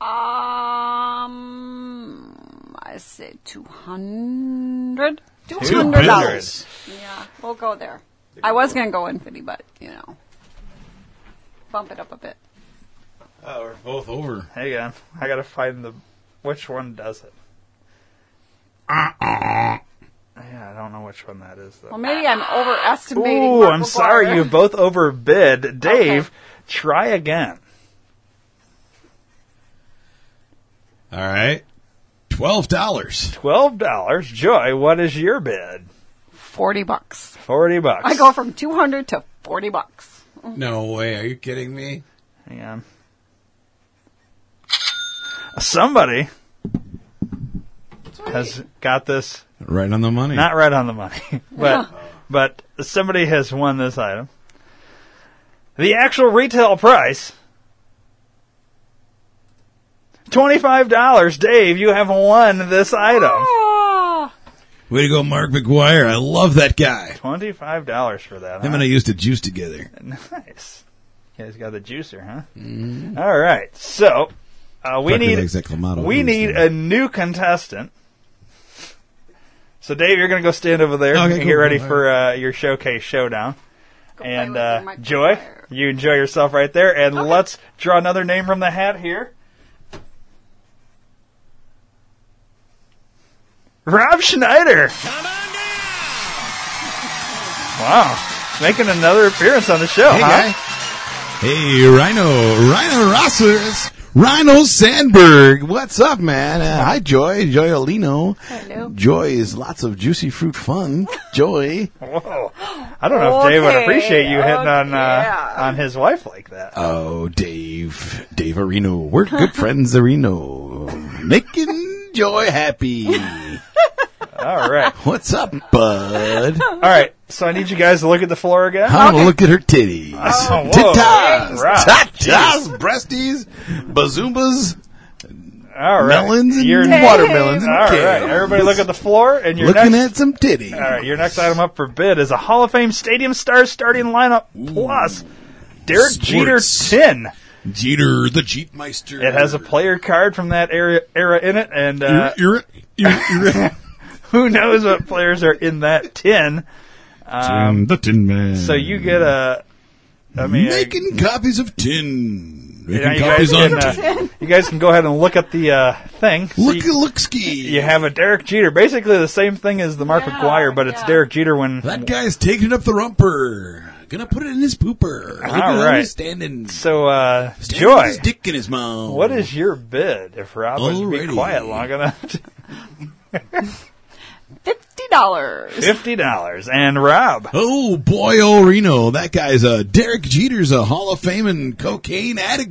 Um, I say two hundred. Two Two hundred hundred. dollars. Yeah. Yeah, we'll go there. I was going to go infinity, but, you know, bump it up a bit. Oh, we're both over. Hang on, I gotta find the which one does it. Ah, Yeah, I don't know which one that is Well, though. maybe I'm overestimating. Ooh, Marco I'm sorry Bar. you both overbid. Dave, Okay. try again. All right. Twelve dollars. Twelve dollars. Joy, what is your bid? 40 bucks. Forty bucks. I go from 200 to 40 bucks. No way. Are you kidding me? Hang on. Somebody has got this Right on the money. not right on the money, but but somebody has won this item. The actual retail price twenty five dollars. Dave, you have won this item. Ah, Way to go, Mark McGuire. I love that guy. Twenty five dollars for that. Him huh? and I used to juice together. Nice. You guys got the juicer, huh? Mm-hmm. All right. So uh, we Tucker need likes that Clamato we juice, need though. a new contestant. So Dave, you're going to go stand over there Okay, and get cool. ready All for uh, your showcase showdown. go play and with your uh, microphone Joy, there. you enjoy yourself right there. And let's draw another name from the hat here. Rob Schneider. Wow, making another appearance on the show, Hey, huh? guy. Hey, Rhino. Rhino Rossers. Rhino Sandberg. What's up, man? Uh, hi, Joy. Joy Olino. Hello. Joy is lots of juicy fruit fun. Joy. Whoa! I don't know if Dave would Okay, appreciate you hitting on uh, yeah. on his wife like that. Oh, Dave. Dave Areno. We're good friends, Areno. Making Joy happy. All right, What's up, bud? all right. So I need you guys to look at the floor again. I want to look at her titties. Oh, whoa. Titas, Right. tatas, breasties, bazoombas. All right, melons and You're- watermelons and All right, kales. everybody, look at the floor, and your Looking next at some titties. All right, your next item up for bid is a Hall of Fame Stadium Stars starting lineup plus Derek Sports. Jeter tin. Jeter, the Jeepmeister. It has a player card from that era, era in it, and uh, You're, you're, you're, who knows what players are in that tin. the Tin Man. Um, So you get a. I mean, uh, making copies of tin. Making you, know, you guys copies on can, tin. uh, you guys can go ahead and look at the uh, thing. So Look, you, look, ski. you have a Derek Jeter, basically the same thing as the Mark Yeah, McGuire, but it's yeah. Derek Jeter when That guy's taking up the rumper. Gonna put it in his pooper. Look at him, right. he's standing. So uh, standing with Joy, his dick in his mouth. What is your bid if Rob would be Alrighty. quiet long enough? to- $50. Fifty dollars and Rob. Oh boy, oh Reno, that guy's a Derek Jeter's a Hall of Fame and cocaine addict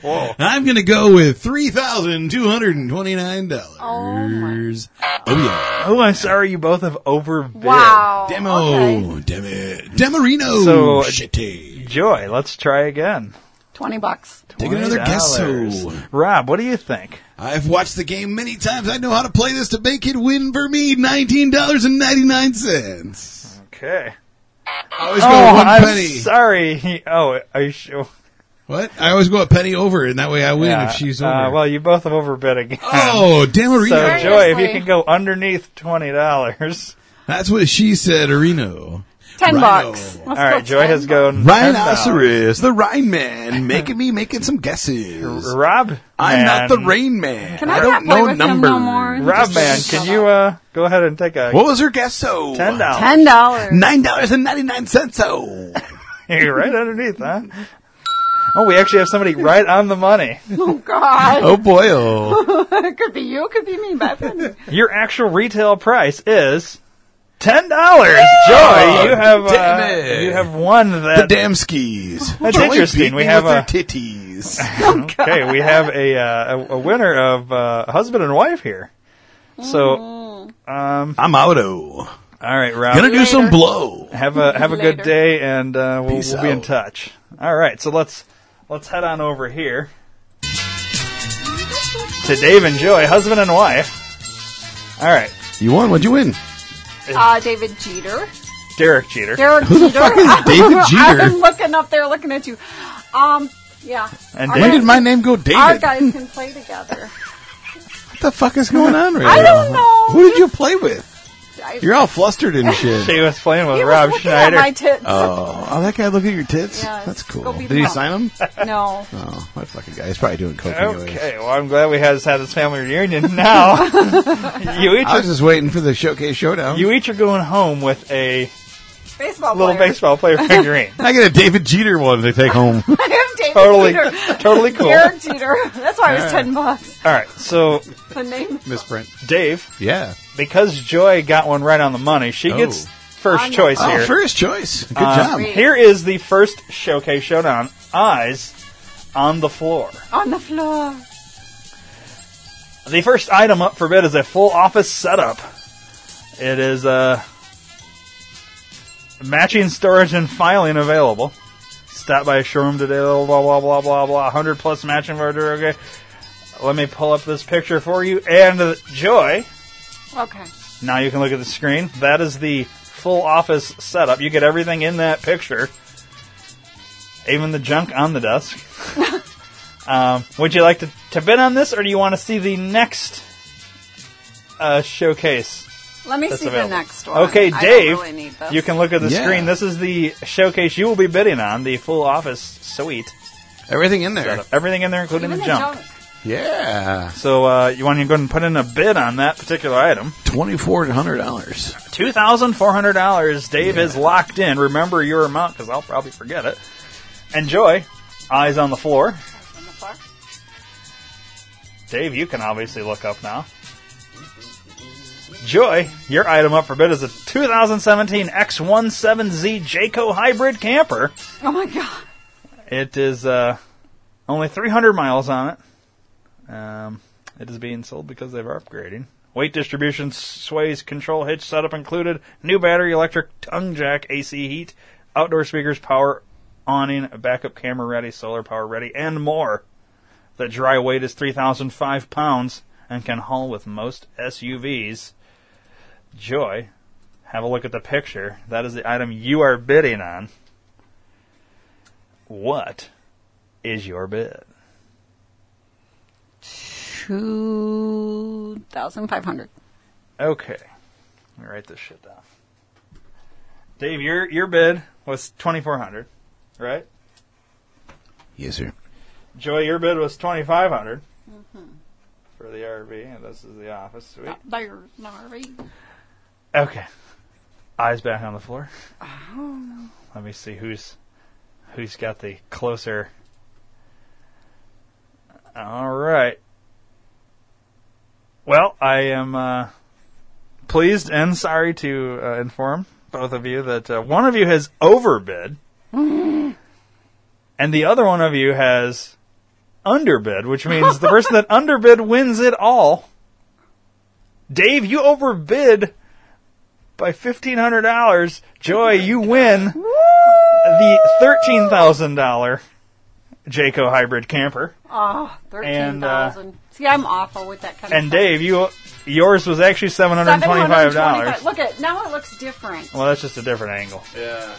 Whoa. I'm gonna go with three thousand two hundred and twenty nine dollars. Oh, my. Oh yeah, Oh, I'm sorry, you both have overbid. Wow. demo, Okay. demo, demerino. So- shitty. Joy, let's try again. 20 bucks. Take another guess. $20. So Rob, what do you think? I've watched the game many times. I know how to play this to make it win for me. Nineteen dollars and ninety nine cents. Okay. I always go Oh, one I'm penny. sorry. Oh, are you sure? What? I always go a penny over, and that way I win if she's over. Uh, well, you both have overbid again. oh, so Demerino. Joy, if you Seriously. can go underneath twenty dollars. That's what she said, Areno. 10 Rhino. bucks. Let's All right, go Joy 10 has gone. $10. Rhinoceros, the Rhine Man, making me making some guesses. Rob, I'm not the man. Rain Man. Can I don't not play know with him numbers. no more? Rob man, can you uh, go ahead and take a What was her guess? So ten dollars? Ten dollars. Nine dollars and ninety nine cents. So You're right underneath, huh? Oh, we actually have somebody right on the money. Oh God! oh boy, oh. It could be you. It could be me. Beth. Your actual retail price is ten dollars. Joy, you have damn uh, it. you have won the that. damn skis. That's Joy interesting. beat We me have with a- her titties. Oh, okay, we have a uh, a, a winner of uh, husband and wife here. So, um, I'm outo. all right, Rob. Gonna do some Later. blow. have a have a good Later. day, and uh, we'll, Peace we'll be in out. touch. All right, so let's let's head on over here to Dave and Joy, husband and wife. All right, You won. What'd you win? Uh, David Jeter. Derek Jeter. Derek Who Jeter. fuck is David I've Jeter? been looking up there, looking at you. Um, yeah. And our David- When did guys, my name go David? our guys can play together. What the fuck is going on right now? I don't know. Who did you play with? I, You're all flustered and shit. She was playing with he was Rob looking Schneider. at my tits. Oh, oh, that guy looked at your tits. Yeah, That's it's cool. gonna be Did he fun. sign them? no. Oh, that fucking guy. He's probably doing coke anyway. okay, well, I'm glad we has had this family reunion now. you each I are, was just waiting for the showcase showdown. you each are going home with a Baseball little player. baseball player figurine. I get a David Jeter one to take home. I have David totally, Jeter. totally cool. All Eric Jeter. That's why it was ten bucks. right, so The name. Misprint. Dave, Yeah. because Joy got one right on the money, she Oh. gets I first know. choice Oh, here. first choice. Good Uh, job. here is the first showcase showdown. Eyes on the floor. On the floor. The first item up for bid is a full office setup. It is uh, matching storage and filing available. Stop by a showroom today. Blah blah blah blah blah blah. Hundred plus matching order. Okay, let me pull up this picture for you. And uh, Joy, Okay. now you can look at the screen. That is the full office setup. You get everything in that picture, even the junk on the desk. um, would you like to, to bid on this, or do you want to see the next uh, showcase? Let me that's see available? the next one. Okay, I Dave, Don't really need this. you can look at the Yeah. screen. This is the showcase you will be bidding on, the full office suite. Everything in there. Got Everything in there, including Even the the junk. junk. Yeah. So uh, you want to go ahead and put in a bid on that particular item. $2,400. Two thousand four hundred dollars. Dave is locked in. Remember your amount because I'll probably forget it. Enjoy. Eyes on the floor. On the floor. Dave, you can obviously look up now. Joy, your item up for bid is a 2017 X17Z Jayco hybrid camper. Oh my god. It is uh, only 300 miles on it. Um, it is being sold because they're upgrading. Weight distribution, sways, control hitch setup included. New battery, electric tongue jack, AC heat, outdoor speakers, power awning, backup camera ready, solar power ready, and more. The dry weight is 3,005 pounds and can haul with most SUVs. Joy, have a look at the picture. That is the item you are bidding on. What is your bid? Two thousand five hundred. Okay. Let me write this shit down. Dave, your your bid was twenty four hundred, right? Yes, sir. Joy, your bid was twenty five hundred for the RV, and this is the office suite. There's Nari. Okay. Eyes back on the floor. Let me see who's who's got the closer. All right. Well, I am uh, pleased and sorry to uh, inform both of you that uh, one of you has overbid, and the other one of you has underbid, which means the person that underbid wins it all. Dave, you overbid by fifteen hundred dollars. Joy, you win the thirteen thousand dollar Jayco hybrid camper. Oh, thirteen And, uh, thousand. See, I'm awful with that kind of And stuff. Dave, you yours was actually seven hundred twenty-five dollars. $725. Look at now it looks different. Well, that's just a different angle. Yeah.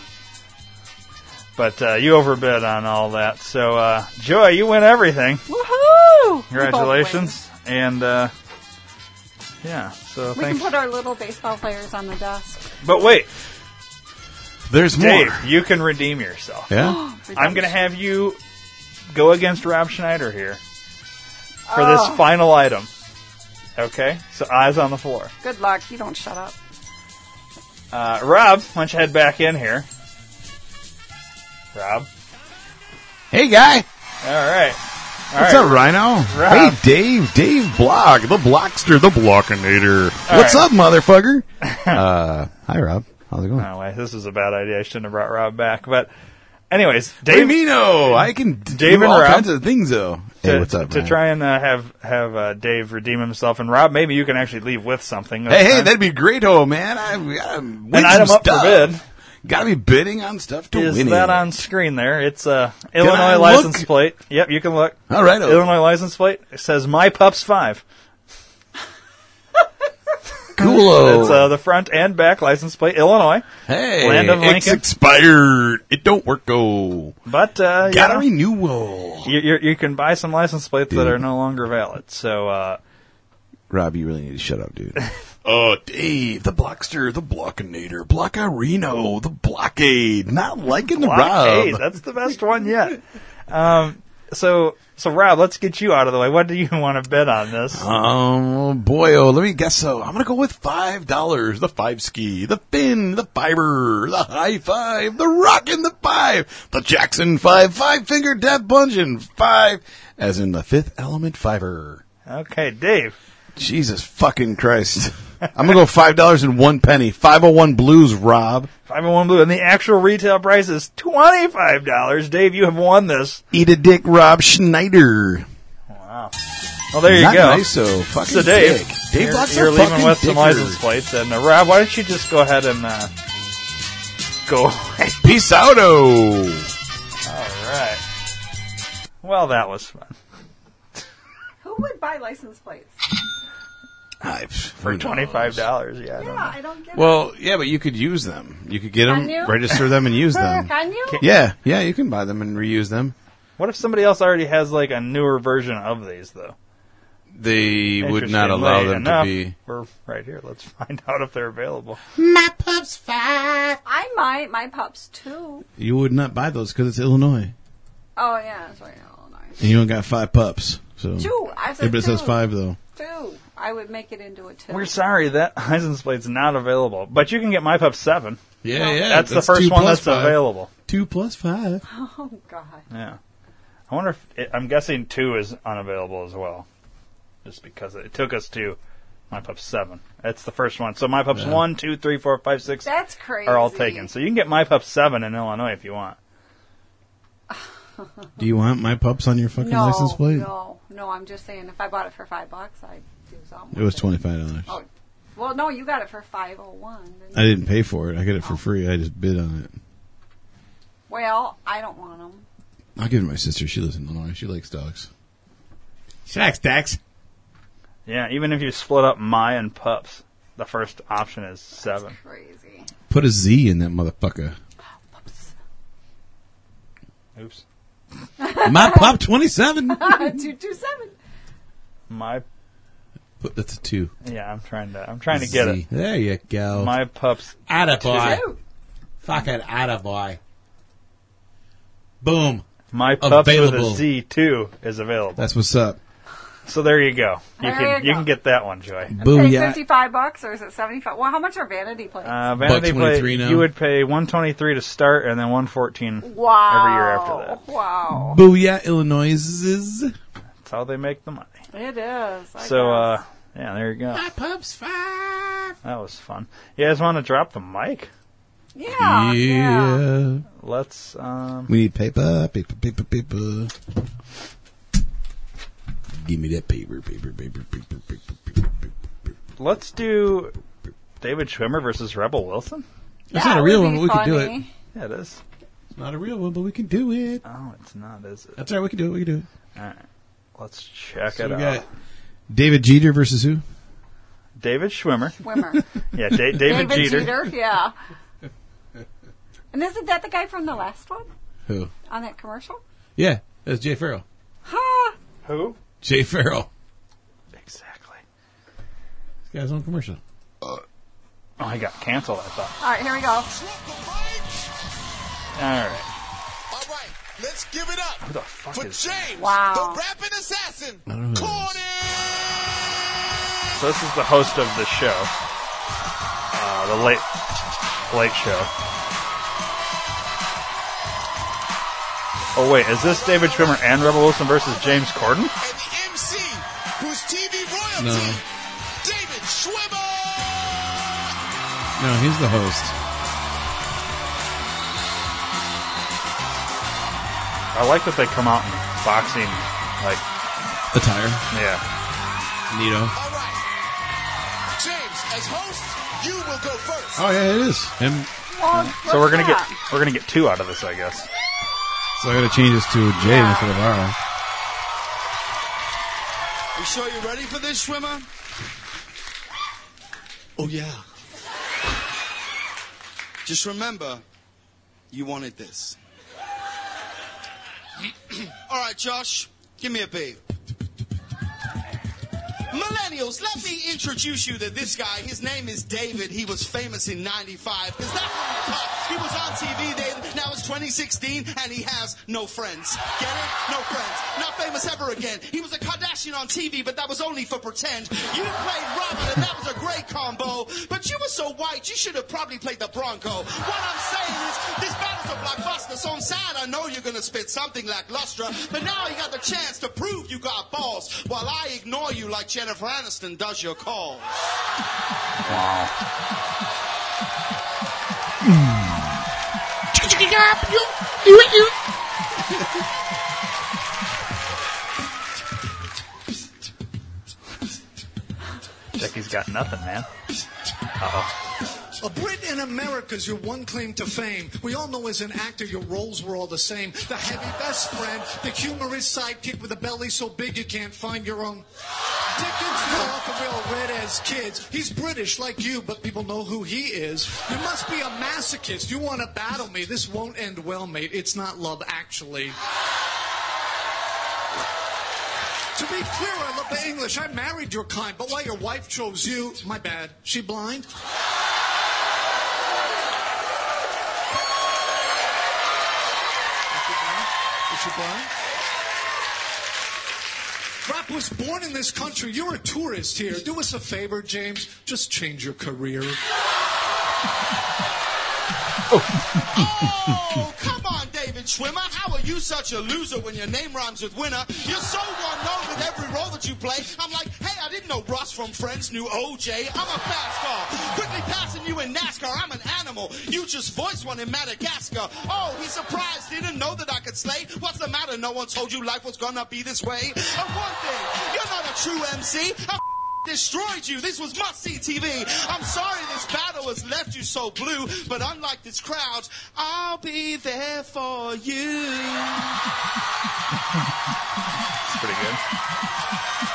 But uh, you overbid on all that, so uh, Joy, you win everything. Woohoo! Congratulations, and uh, yeah. So We, both win. we can thanks. put our little baseball players on the desk. But wait, There's more. Dave, you can redeem yourself. Yeah? I'm going to have you go against Rob Schneider here for Oh. this final item. Okay? So eyes on the floor. Good luck. You don't shut up. Uh, Rob, why don't you head back in here? Rob. Hey, guy. All right. All What's right. up, Rhino? Rob. Hey, Dave. Dave Block, the Blockster, the Blockinator. All What's right. up, motherfucker? uh, hi, Rob. How's it going? Anyway, Oh, this is a bad idea. I shouldn't have brought Rob back. But, anyways, Hey, Dave, Mino. I can d- Dave do and all Rob. kinds of things, though. to, hey, what's up, to Ryan? try and uh, have have uh, Dave redeem himself, and Rob, maybe you can actually leave with something. Hey, hey, that'd be great, oh man! I, I'm an item up for bid. Got to be bidding on stuff to Is win. that it. on screen there? It's a I Illinois look? license plate. Yep, you can look. All right, oh. Illinois license plate it says "My Pups 5. Coolo. It's uh, the front and back license plate, Illinois. oh. hey, Land of it's Lincoln. expired. It don't work. Oh, But uh, got a you, know, renewal. you, you you can buy some license plates that Dude. are no longer valid. So uh, Rob, you really need to shut up, dude. Uh, Dave, the Blockster, the Blockinator, Blockarino, the Blockade. Not liking the Blockade, Rob. that's the best one yet. Um, so, so Rob, let's get you out of the way. What do you want to bet on this? Um, boy, oh, let me guess. So I'm gonna go with five dollars. The five ski, the fin, the fiber, the high five, the rockin' the five, the Jackson five, five finger death bungin' five, as in the fifth element fiver. Okay, Dave. Jesus fucking Christ! I'm gonna go five dollars and one penny. Five oh one blues, Rob. Five and one blue, and the actual retail price is twenty five dollars. Dave, you have won this. Eat a dick, Rob Schneider. Wow. Well, there you Not go. nice, so fucking So Dave, dick. Dave, you're, lots you're of leaving fucking with some dickers. license plates. And uh, Rob, why don't you just go ahead and uh, go away? Peace out, oh. All right. Well, that was fun. Who would buy license plates? For twenty five dollars, yeah. I don't Yeah, know. I don't get Well, yeah, but you could use them. You could get them, Can you? register them, and use it. them. Can you? Yeah, yeah, you can buy them and reuse them. What if somebody else already has like a newer version of these though? They would not Interestingly allow them enough, to be. We're right here. Let's find out if they're available. I might. My pups too. You would not buy those because it's Illinois, Oh yeah, that's right. Oh, nice. and you only got five pups. So Two. I said yeah, but it says two. five though. Two. I would make it into a 2 We're sorry that license plate's not available, but you can get my pup seven. Yeah, Well, yeah. That's, the first two one plus that's five. available. Two plus five. oh God. Yeah. I wonder if it, I'm guessing two is unavailable as well, just because it took us to my pup seven. That's the first one. So my pups one, two, three, four, five, six That's crazy. are all taken. So you can get my pup seven in Illinois if you want. Do you want my pups on your fucking no, license plate? no, no. I'm just saying, if I bought it for five bucks, I'd do something. It was twenty five dollars. Oh, well, no, you got it for five oh one. I didn't pay for it. I got it for free. I just bid on it. Well, I don't want them. I'll give it to my sister. She lives in Illinois. She likes dogs. Shacks, Dax. Yeah, even if you split up my and pups, the first option is seven. Crazy. Put a Z in that motherfucker. Oops. My pop twenty seven. two two seven. My But that's a two. yeah, I'm trying to I'm trying to get it. Z. There you go. My pups Attaboy. Two. Fucking attaboy. Boom. my pups with Available. a Z two is available. That's what's up. So there you go. You There can you you go. can get that one, Joy. Pay Booyah. fifty five bucks or is it seventy five? Well, how much are vanity plates? Uh, Vanity 23 plate, now. you would pay 123 to start and then 114 wow. every year after that. Wow. Booyah, Illinois. That's how they make the money. It is. I so uh guess. yeah, there you go. Pubs five. That was fun. You guys want to drop the mic? yeah, yeah. Let's um We need paper, paper, paper, paper. Give me that paper, paper, paper, paper, paper, paper, paper. let's do David Schwimmer versus Rebel Wilson. That's Yeah, not it a real would one, be but we can do it. funny. Yeah, it is. Not a real one, but we can do it. Oh, it's not, is it? That's right, we can do it. We can do it. Let's check So it we out. got David Jeter versus who? David Schwimmer. Wimmer. Yeah, da- David, David Jeter. Jeter. Yeah. And isn't that the guy from the last one Who? on that commercial? Yeah, that's Jay Farrell. Huh. Who? Jay Farrell. Exactly. This guy's on commercial. Oh, I got canceled, I thought. All right, here we go. All right. All right, let's give it Who up the fuck for is James, Wow. the rapping assassin, Corny. So this is the host of the show. Uh, the late late show. Oh wait, is this David Schwimmer and Rebel Wilson versus James Corden? and the MC, who's TV royalty, David Schwimmer. No, he's the host. I like that they come out in boxing like Attire. yeah. Nito. All right, James, as host, you will go first. Oh, yeah, it is. Him. Oh, So we're what's gonna get that? we're gonna get two out of this, I guess. So I gotta change this to Jay instead of R. You sure you're ready for this, Schwimmer? Oh yeah. Just remember, you wanted this. All right, Josh, give me a beat. Millennials, let me introduce you to this guy. His name is David. He was famous in 95 because that's when he caught. He was on TV then. Now it's 2016 and he has no friends. Get it? No friends. Not famous ever again. He was a Kardashian on TV, but that was only for pretend. You played Robin and that was a great combo, but you were so white you should have probably played the Bronco. What I'm saying is this battle's a blockbuster, so I'm sad I know you're gonna spit something like Lustra, but now you got the chance to prove you got balls while I ignore you like Jennifer Aniston does your calls. Jackie's got nothing, man. A Brit in America's your one claim to fame. We all know as an actor your roles were all the same. The heavy best friend, the humorous sidekick with a belly so big you can't find your own. Dickens were often real red as kids. He's British like you, but people know who he is. You must be a masochist. You want to battle me. This won't end well, mate. It's not love, actually. To be clear, I love the English. I married your kind, but why your wife chose you, my bad. She blind? Is she blind? Rap was born in this country. You're a tourist here. Do us a favor, James. Just change your career. Oh, come on, David Schwimmer. How are you such a loser when your name rhymes with winner? You're so well known with every role that you play. I'm like, hey, I didn't know Ross from Friends knew OJ. I'm a fast car. Quickly passing you in NASCAR. I'm an animal. You just voiced one in Madagascar. Oh, he's surprised. Didn't know that I could slay. What's the matter? No one told you life was gonna be this way. And one thing, you're not a true MC. A- destroyed you. This was must see TV. I'm sorry this battle has left you so blue, but unlike this crowd, I'll be there for you. It's pretty good.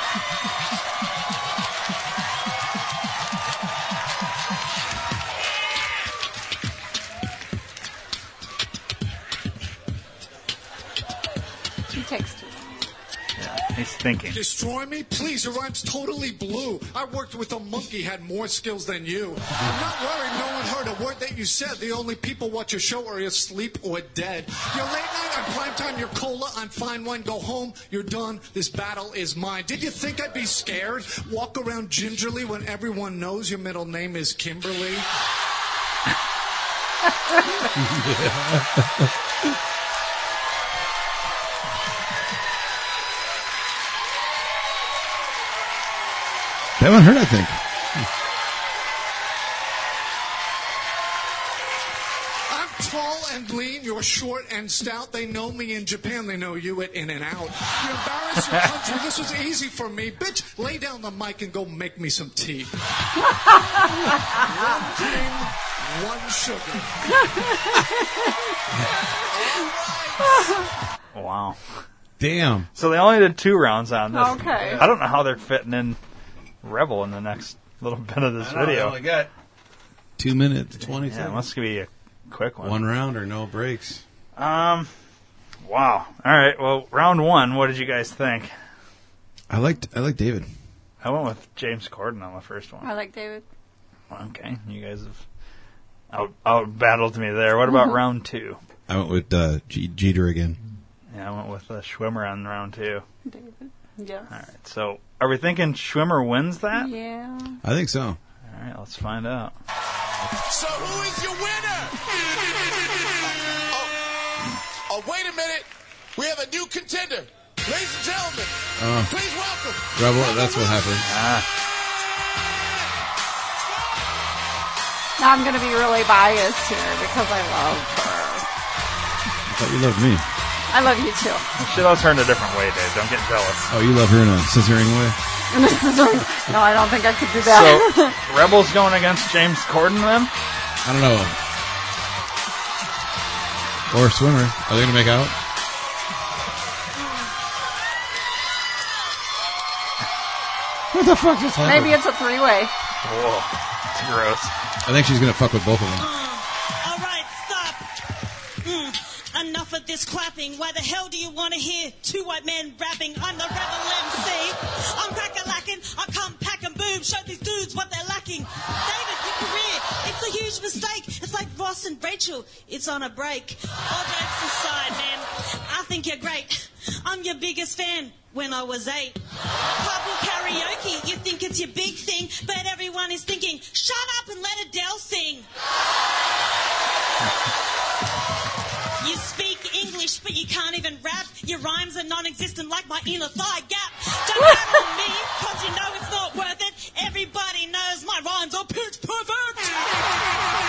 He takes too long. Yeah, he's thinking. Destroy me? Please, your rhyme's totally blue. I worked with a monkey, had more skills than you. I'm not worried no one heard a word that you said. The only people watch your show are asleep or dead. You're late night, I'm prime time, you're cola, I'm fine wine, go home, you're done. This battle is mine. Did you think I'd be scared? Walk around gingerly when everyone knows your middle name is Kimberly? That one hurt, I think. I'm tall and lean. You're short and stout. They know me in Japan. They know you at In and Out. You embarrass your country. This was easy for me. Bitch, lay down the mic and go make me some tea. one cream, one sugar. Wow. Damn. So they only did two rounds on this. Okay. I don't know how they're fitting in Rebel in the next little bit of this video. got two minutes, 20 Yeah, it must be a quick one. One round or no breaks. Um. Wow. All right. Well, round one. What did you guys think? I liked, I like David. I went with James Corden on the first one. I like David. Okay. You guys have out out battled me there. What Mm-hmm. about round two? I went with uh, G- Jeter again. Yeah, I went with uh, Schwimmer on round two. David. Yes. All right. So, are we thinking Schwimmer wins that? Yeah. I think so. All right. Let's find out. So who is your winner? oh, oh, wait a minute. We have a new contender. Ladies and gentlemen, please welcome. Uh, Rebel, that's what happened. Now I'm going to be really biased here because I love. I thought you loved me. I love you too. You should have turned a different way, Dave. Don't get jealous. Oh, you love her in a scissoring way? no, I don't think I could do that. So, Rebel's going against James Corden then? I don't know. Or swimmer. Are they going to make out? What the fuck just happened? Maybe it's a three-way. Whoa. It's gross. I think she's going to fuck with both of them. All right, stop. Mm, enough of this clapping. Why the hell do you want to hear two white men rapping? I'm the rebel MC. I'm cracker like fucking, I come pack and boom, show these dudes what they're lacking. David, your career, it's a huge mistake. It's like Ross and Rachel, it's on a break. All jokes aside, man, I think you're great. I'm your biggest fan when I was eight. Purple karaoke, you think it's your big thing, but everyone is thinking, shut up and let Adele sing. You speak English, but you can't even rap. Your rhymes are non-existent like my inner thigh gap. Don't rap on me, cause you know it's not worth it. Everybody knows my rhymes are pitch pervert.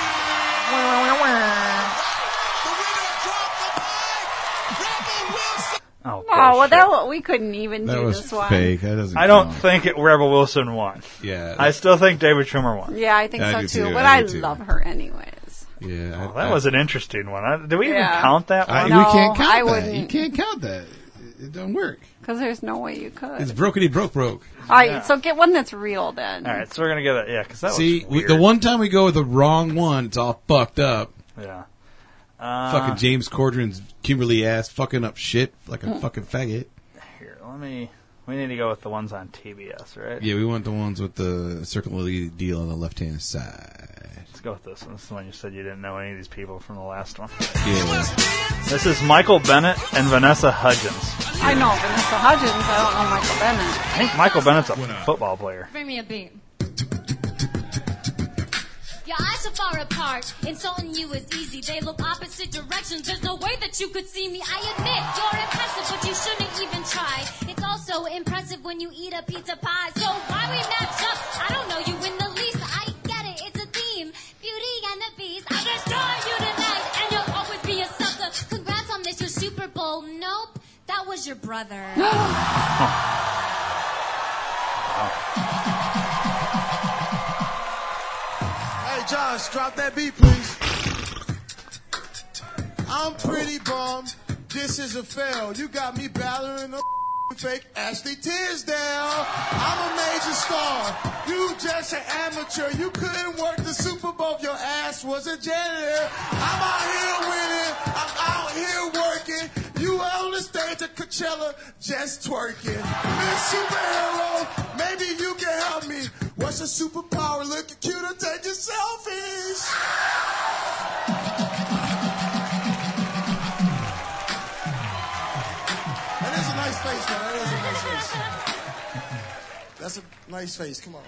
Oh, Oh, well, bullshit. that, we couldn't even That do was this one. fake. That doesn't. I don't count. think it, Rebel Wilson won. Yeah. I still think David Trimmer won. Yeah, I think I so do too. too. But I I, do too. love her anyways. Yeah. Well, that Oh, I- was an interesting one. I, did we even Yeah. count that I, one? No, we can't count I that. You wouldn't. can't count that. It don't work. Because there's no way you could. It's brokety broke broke. All right, so get one that's real then. All right, so we're gonna get it. Yeah, because that See, was we, weird. the one time we go with the wrong one, it's all fucked up. Yeah. Uh-huh. fucking James Corden's Kimberly ass fucking up shit like a fucking faggot. Here, let me. We need to go with the ones on TBS, right? Yeah, we want the ones with the circle of the deal on the left hand side. Let's go with this one. This is the one you said you didn't know any of these people from the last one. Yeah. This is Michael Bennett and Vanessa Hudgens. I know Vanessa Hudgens. I don't know Michael Bennett. I think Michael Bennett's a football player. Bring me a beat. Your eyes are far apart. Insulting you is easy. They look opposite directions. There's no way that you could see me. I admit you're impressive, but you shouldn't even try. It's also impressive when you eat a pizza pie. So why we match up? I don't know you in the least. I get it. It's a theme. Beauty and the Beast. I destroy you tonight, and you'll always be a sucker. Congrats on this. Your Super Bowl. Nope. That was your brother. Hey, Josh, drop that beat, please. I'm pretty bummed. This is a fail. You got me battling a fake Ashley Tisdale. I'm a major star. You just an amateur. You couldn't work the Super Bowl. Your ass was a janitor. I'm out here winning. I'm out here working. You out on the stage at Coachella just twerking. Miss Superhero, maybe you can help me. What's your superpower? Looking cute or taking selfies? That is a nice face, man. That is a nice face. That's a nice face. Come on.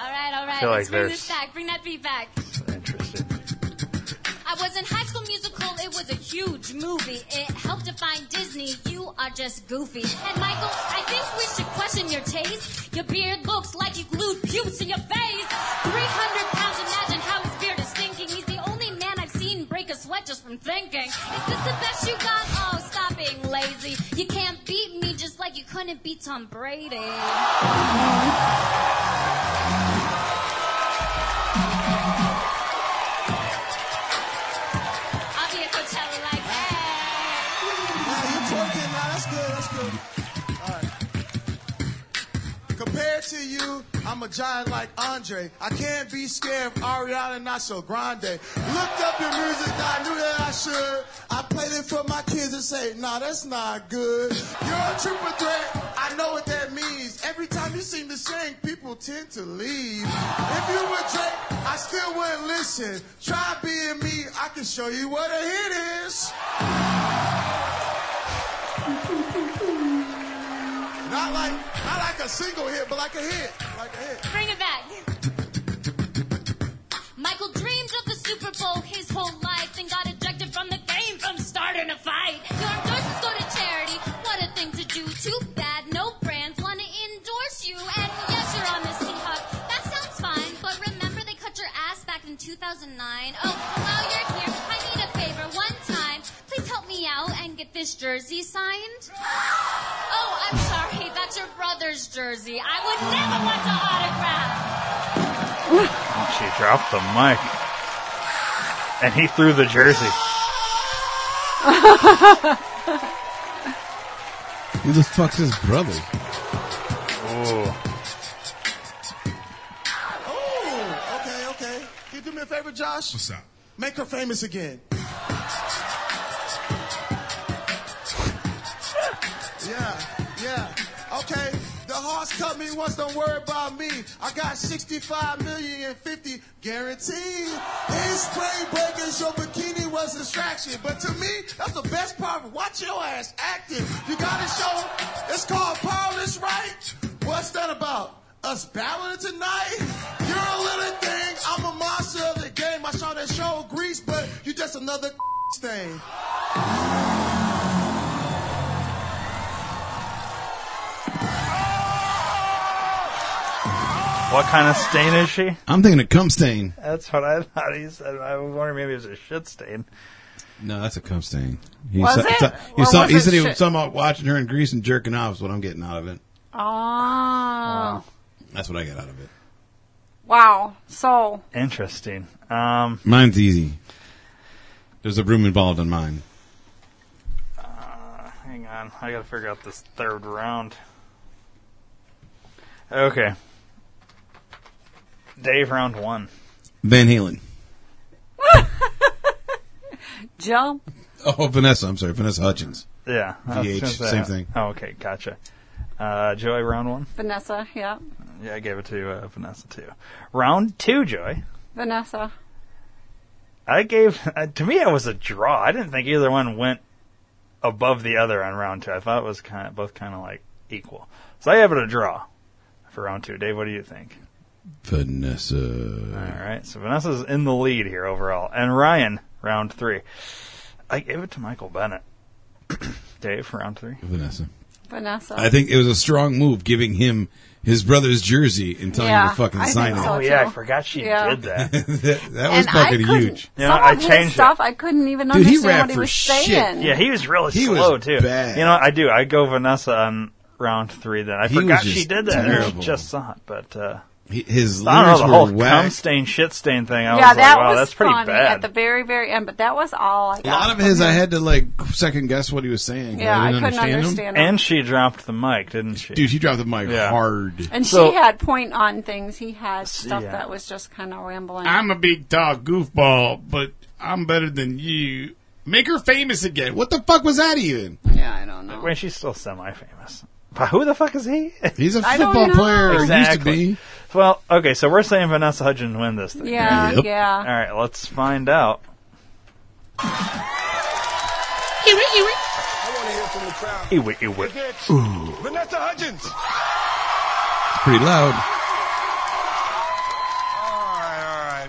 All right, all right. feel like Let's bring there's- this back. Bring that beat back. Interesting. I was in High School Musical. It was a huge movie. It helped define Disney. You are just goofy. And Michael, I think we should question your taste. Your beard looks like you glued pubes to your face. 300 pounds. Imagine how his beard is stinking. He's the only man I've seen break a sweat just from thinking. Is this the best you got? Oh, stop being lazy. You can't beat me just like you couldn't beat Tom Brady. I'll be at Coachella like, hey. Nah, you twerking. Nah, that's good. That's good. All right. Compared to you, I'm a giant like Andre. I can't be scared of Ariana Nacho Grande. Looked up your music, I knew that I should. I played it for my kids and say, nah, that's not good. You're a trooper threat, I know what that means. Every time you sing the same, people tend to leave. If you were Drake, I still wouldn't listen. Try being me, I can show you what a hit is. Not like not like a single hit, but like a hit. Like a hit. Bring it back. Michael dreamed of the Super Bowl his whole life and got ejected from the game from starting a fight. Your endorsements go to charity. What a thing to do. Too bad no brands want to endorse you. And yes, you're on the Seahawks. That sounds fine, but remember they cut your ass back in 2009? Oh, while you're here, I need a favor one time. Please help me out and get this jersey signed. Oh, I'm sorry. That's your brother's jersey. I would never want to autograph. She dropped the mic. And he threw the jersey. Who the fuck's his brother? Ooh. Oh, okay, okay. Can you do me a favor, Josh? What's up? Make her famous again. yeah, yeah. Okay. The heart Once cut me, once don't worry about me. I got 65 million and 50 guaranteed. These spring breakers, your bikini was a distraction. But to me, that's the best part. Watch your ass acting. You gotta show 'em. It's called powerless, right? What's that about? Us battling tonight? You're a little thing. I'm a monster of the game. I saw that show Grease, but you just another thing. What kind of stain is she? I'm thinking a cum stain. That's what I thought he said. I was wondering maybe it was a shit stain. No, that's a cum stain. He Was it? saw- he, Or saw, was he it said he was shit? somehow watching her in Greece and jerking off is what I'm getting out of it. Oh. That's what I got out of it. Ah. Wow. So, Interesting. Um, Mine's easy. There's a room involved in mine. hang on. I gotta figure out this third round. Okay. Dave, round one. Van Halen. Joe, Oh, Vanessa. I'm sorry, Vanessa Hutchins. Yeah. I was VH, gonna say- same thing. Oh, okay. Gotcha. Uh, Joy, round one. Vanessa, yeah. Yeah, I gave it to uh, Vanessa too. Round two, Joy. Vanessa. I gave uh, to me it was a draw. I didn't think either one went above the other on round two. I thought it was kind of both kind of like equal. So I have it a draw for round two. Dave, what do you think? Vanessa. All right, so Vanessa's in the lead here overall, and Ryan round three. I gave it to Michael Bennett. Dave, round three. Vanessa. Vanessa. I think it was a strong move giving him his brother's jersey and telling him Yeah, to fucking I think sign so, Oh it. yeah, I too. forgot she Yeah. did that. that, that was And I fucking couldn't- huge. Yeah, some I of his changed it. stuff, I couldn't even Dude, he understand rapped what he for was shit. saying. Yeah, he was really He was slow too. bad. You know, I do. I go Vanessa on round three. Then I He forgot was she just did that. terrible. I just saw it, but uh, He- His I don't lyrics know the whole were cum whack. stain, shit stain thing. I yeah, was that like, wow, was that's pretty funny at bad. the very, very end, but that was all I A got. lot of his, I had to like second guess what he was saying. Yeah, I didn't couldn't understand, him. understand him. and she dropped the mic, didn't she? Dude, he dropped the mic Yeah. hard. And So- she had point on things. He had stuff yeah. that was just kind of rambling. I'm a big dog goofball, but I'm better than you. Make her famous again. What What the fuck was that even? yeah, I don't know. Wait, she's still semi-famous. But who the fuck is he? He's a I don't football know. player. or Exactly. Used to be. well, okay, so we're saying Vanessa Hudgens win this thing. Yeah, Yep. yeah. All right, let's find out. I want to hear from the crowd. Ew, ew, ew. Vanessa Hudgens. It's pretty loud. All right,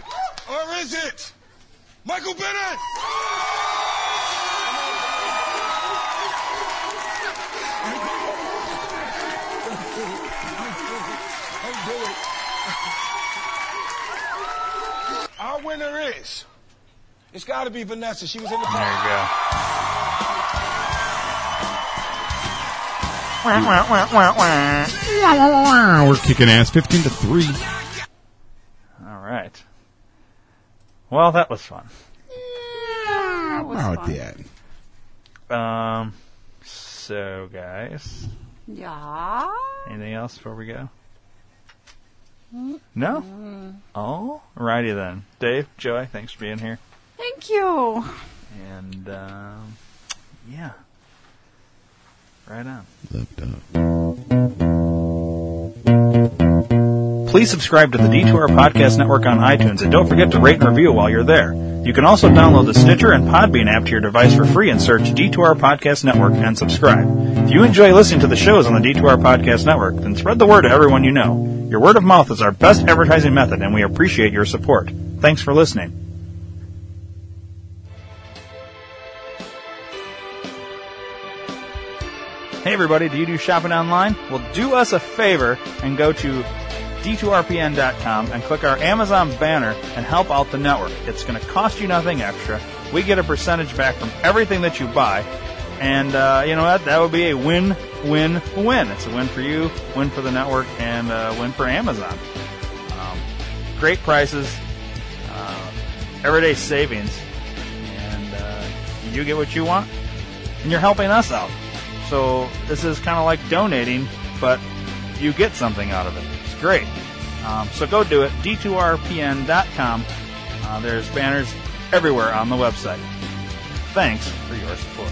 all right. Or is it Michael Bennett? Our winner is. It's got to be Vanessa. She was in the. There you go. We're kicking ass, fifteen to three. All right. Well, that was fun. That was Wow, fun. that. Um, so guys, Yeah. anything else before we go? No. All righty then, Dave, Joey, thanks for being here, Thank you. and um, yeah, right on. Left up. Please subscribe to the Detour Podcast Network on iTunes and don't forget to rate and review while you're there. You can also download the Stitcher and Podbean app to your device for free and search Detour Podcast Network and subscribe. If you enjoy listening to the shows on the Detour Podcast Network, then spread the word to everyone you know. Your word of mouth is our best advertising method and we appreciate your support. Thanks for listening. Hey everybody, do you do shopping online? Well, do us a favor and go to d2rpn.com and click our Amazon banner and help out the network. It's going to cost you nothing extra. We get a percentage back from everything that you buy. And uh, you know what? That would be a win, win, win. It's a win for you, win for the network, and uh, win for Amazon. Um, great prices, uh, everyday savings, and uh, you get what you want, and you're helping us out. So this is kind of like donating, but you get something out of it. It's great. Um, so go do it. D2RPN.com. Uh, there's banners everywhere on the website. Thanks for your support.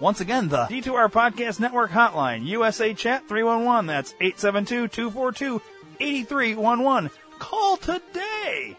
Once again, the D2R Podcast Network hotline, USA Chat 311. That's 872 242 8311. Call today!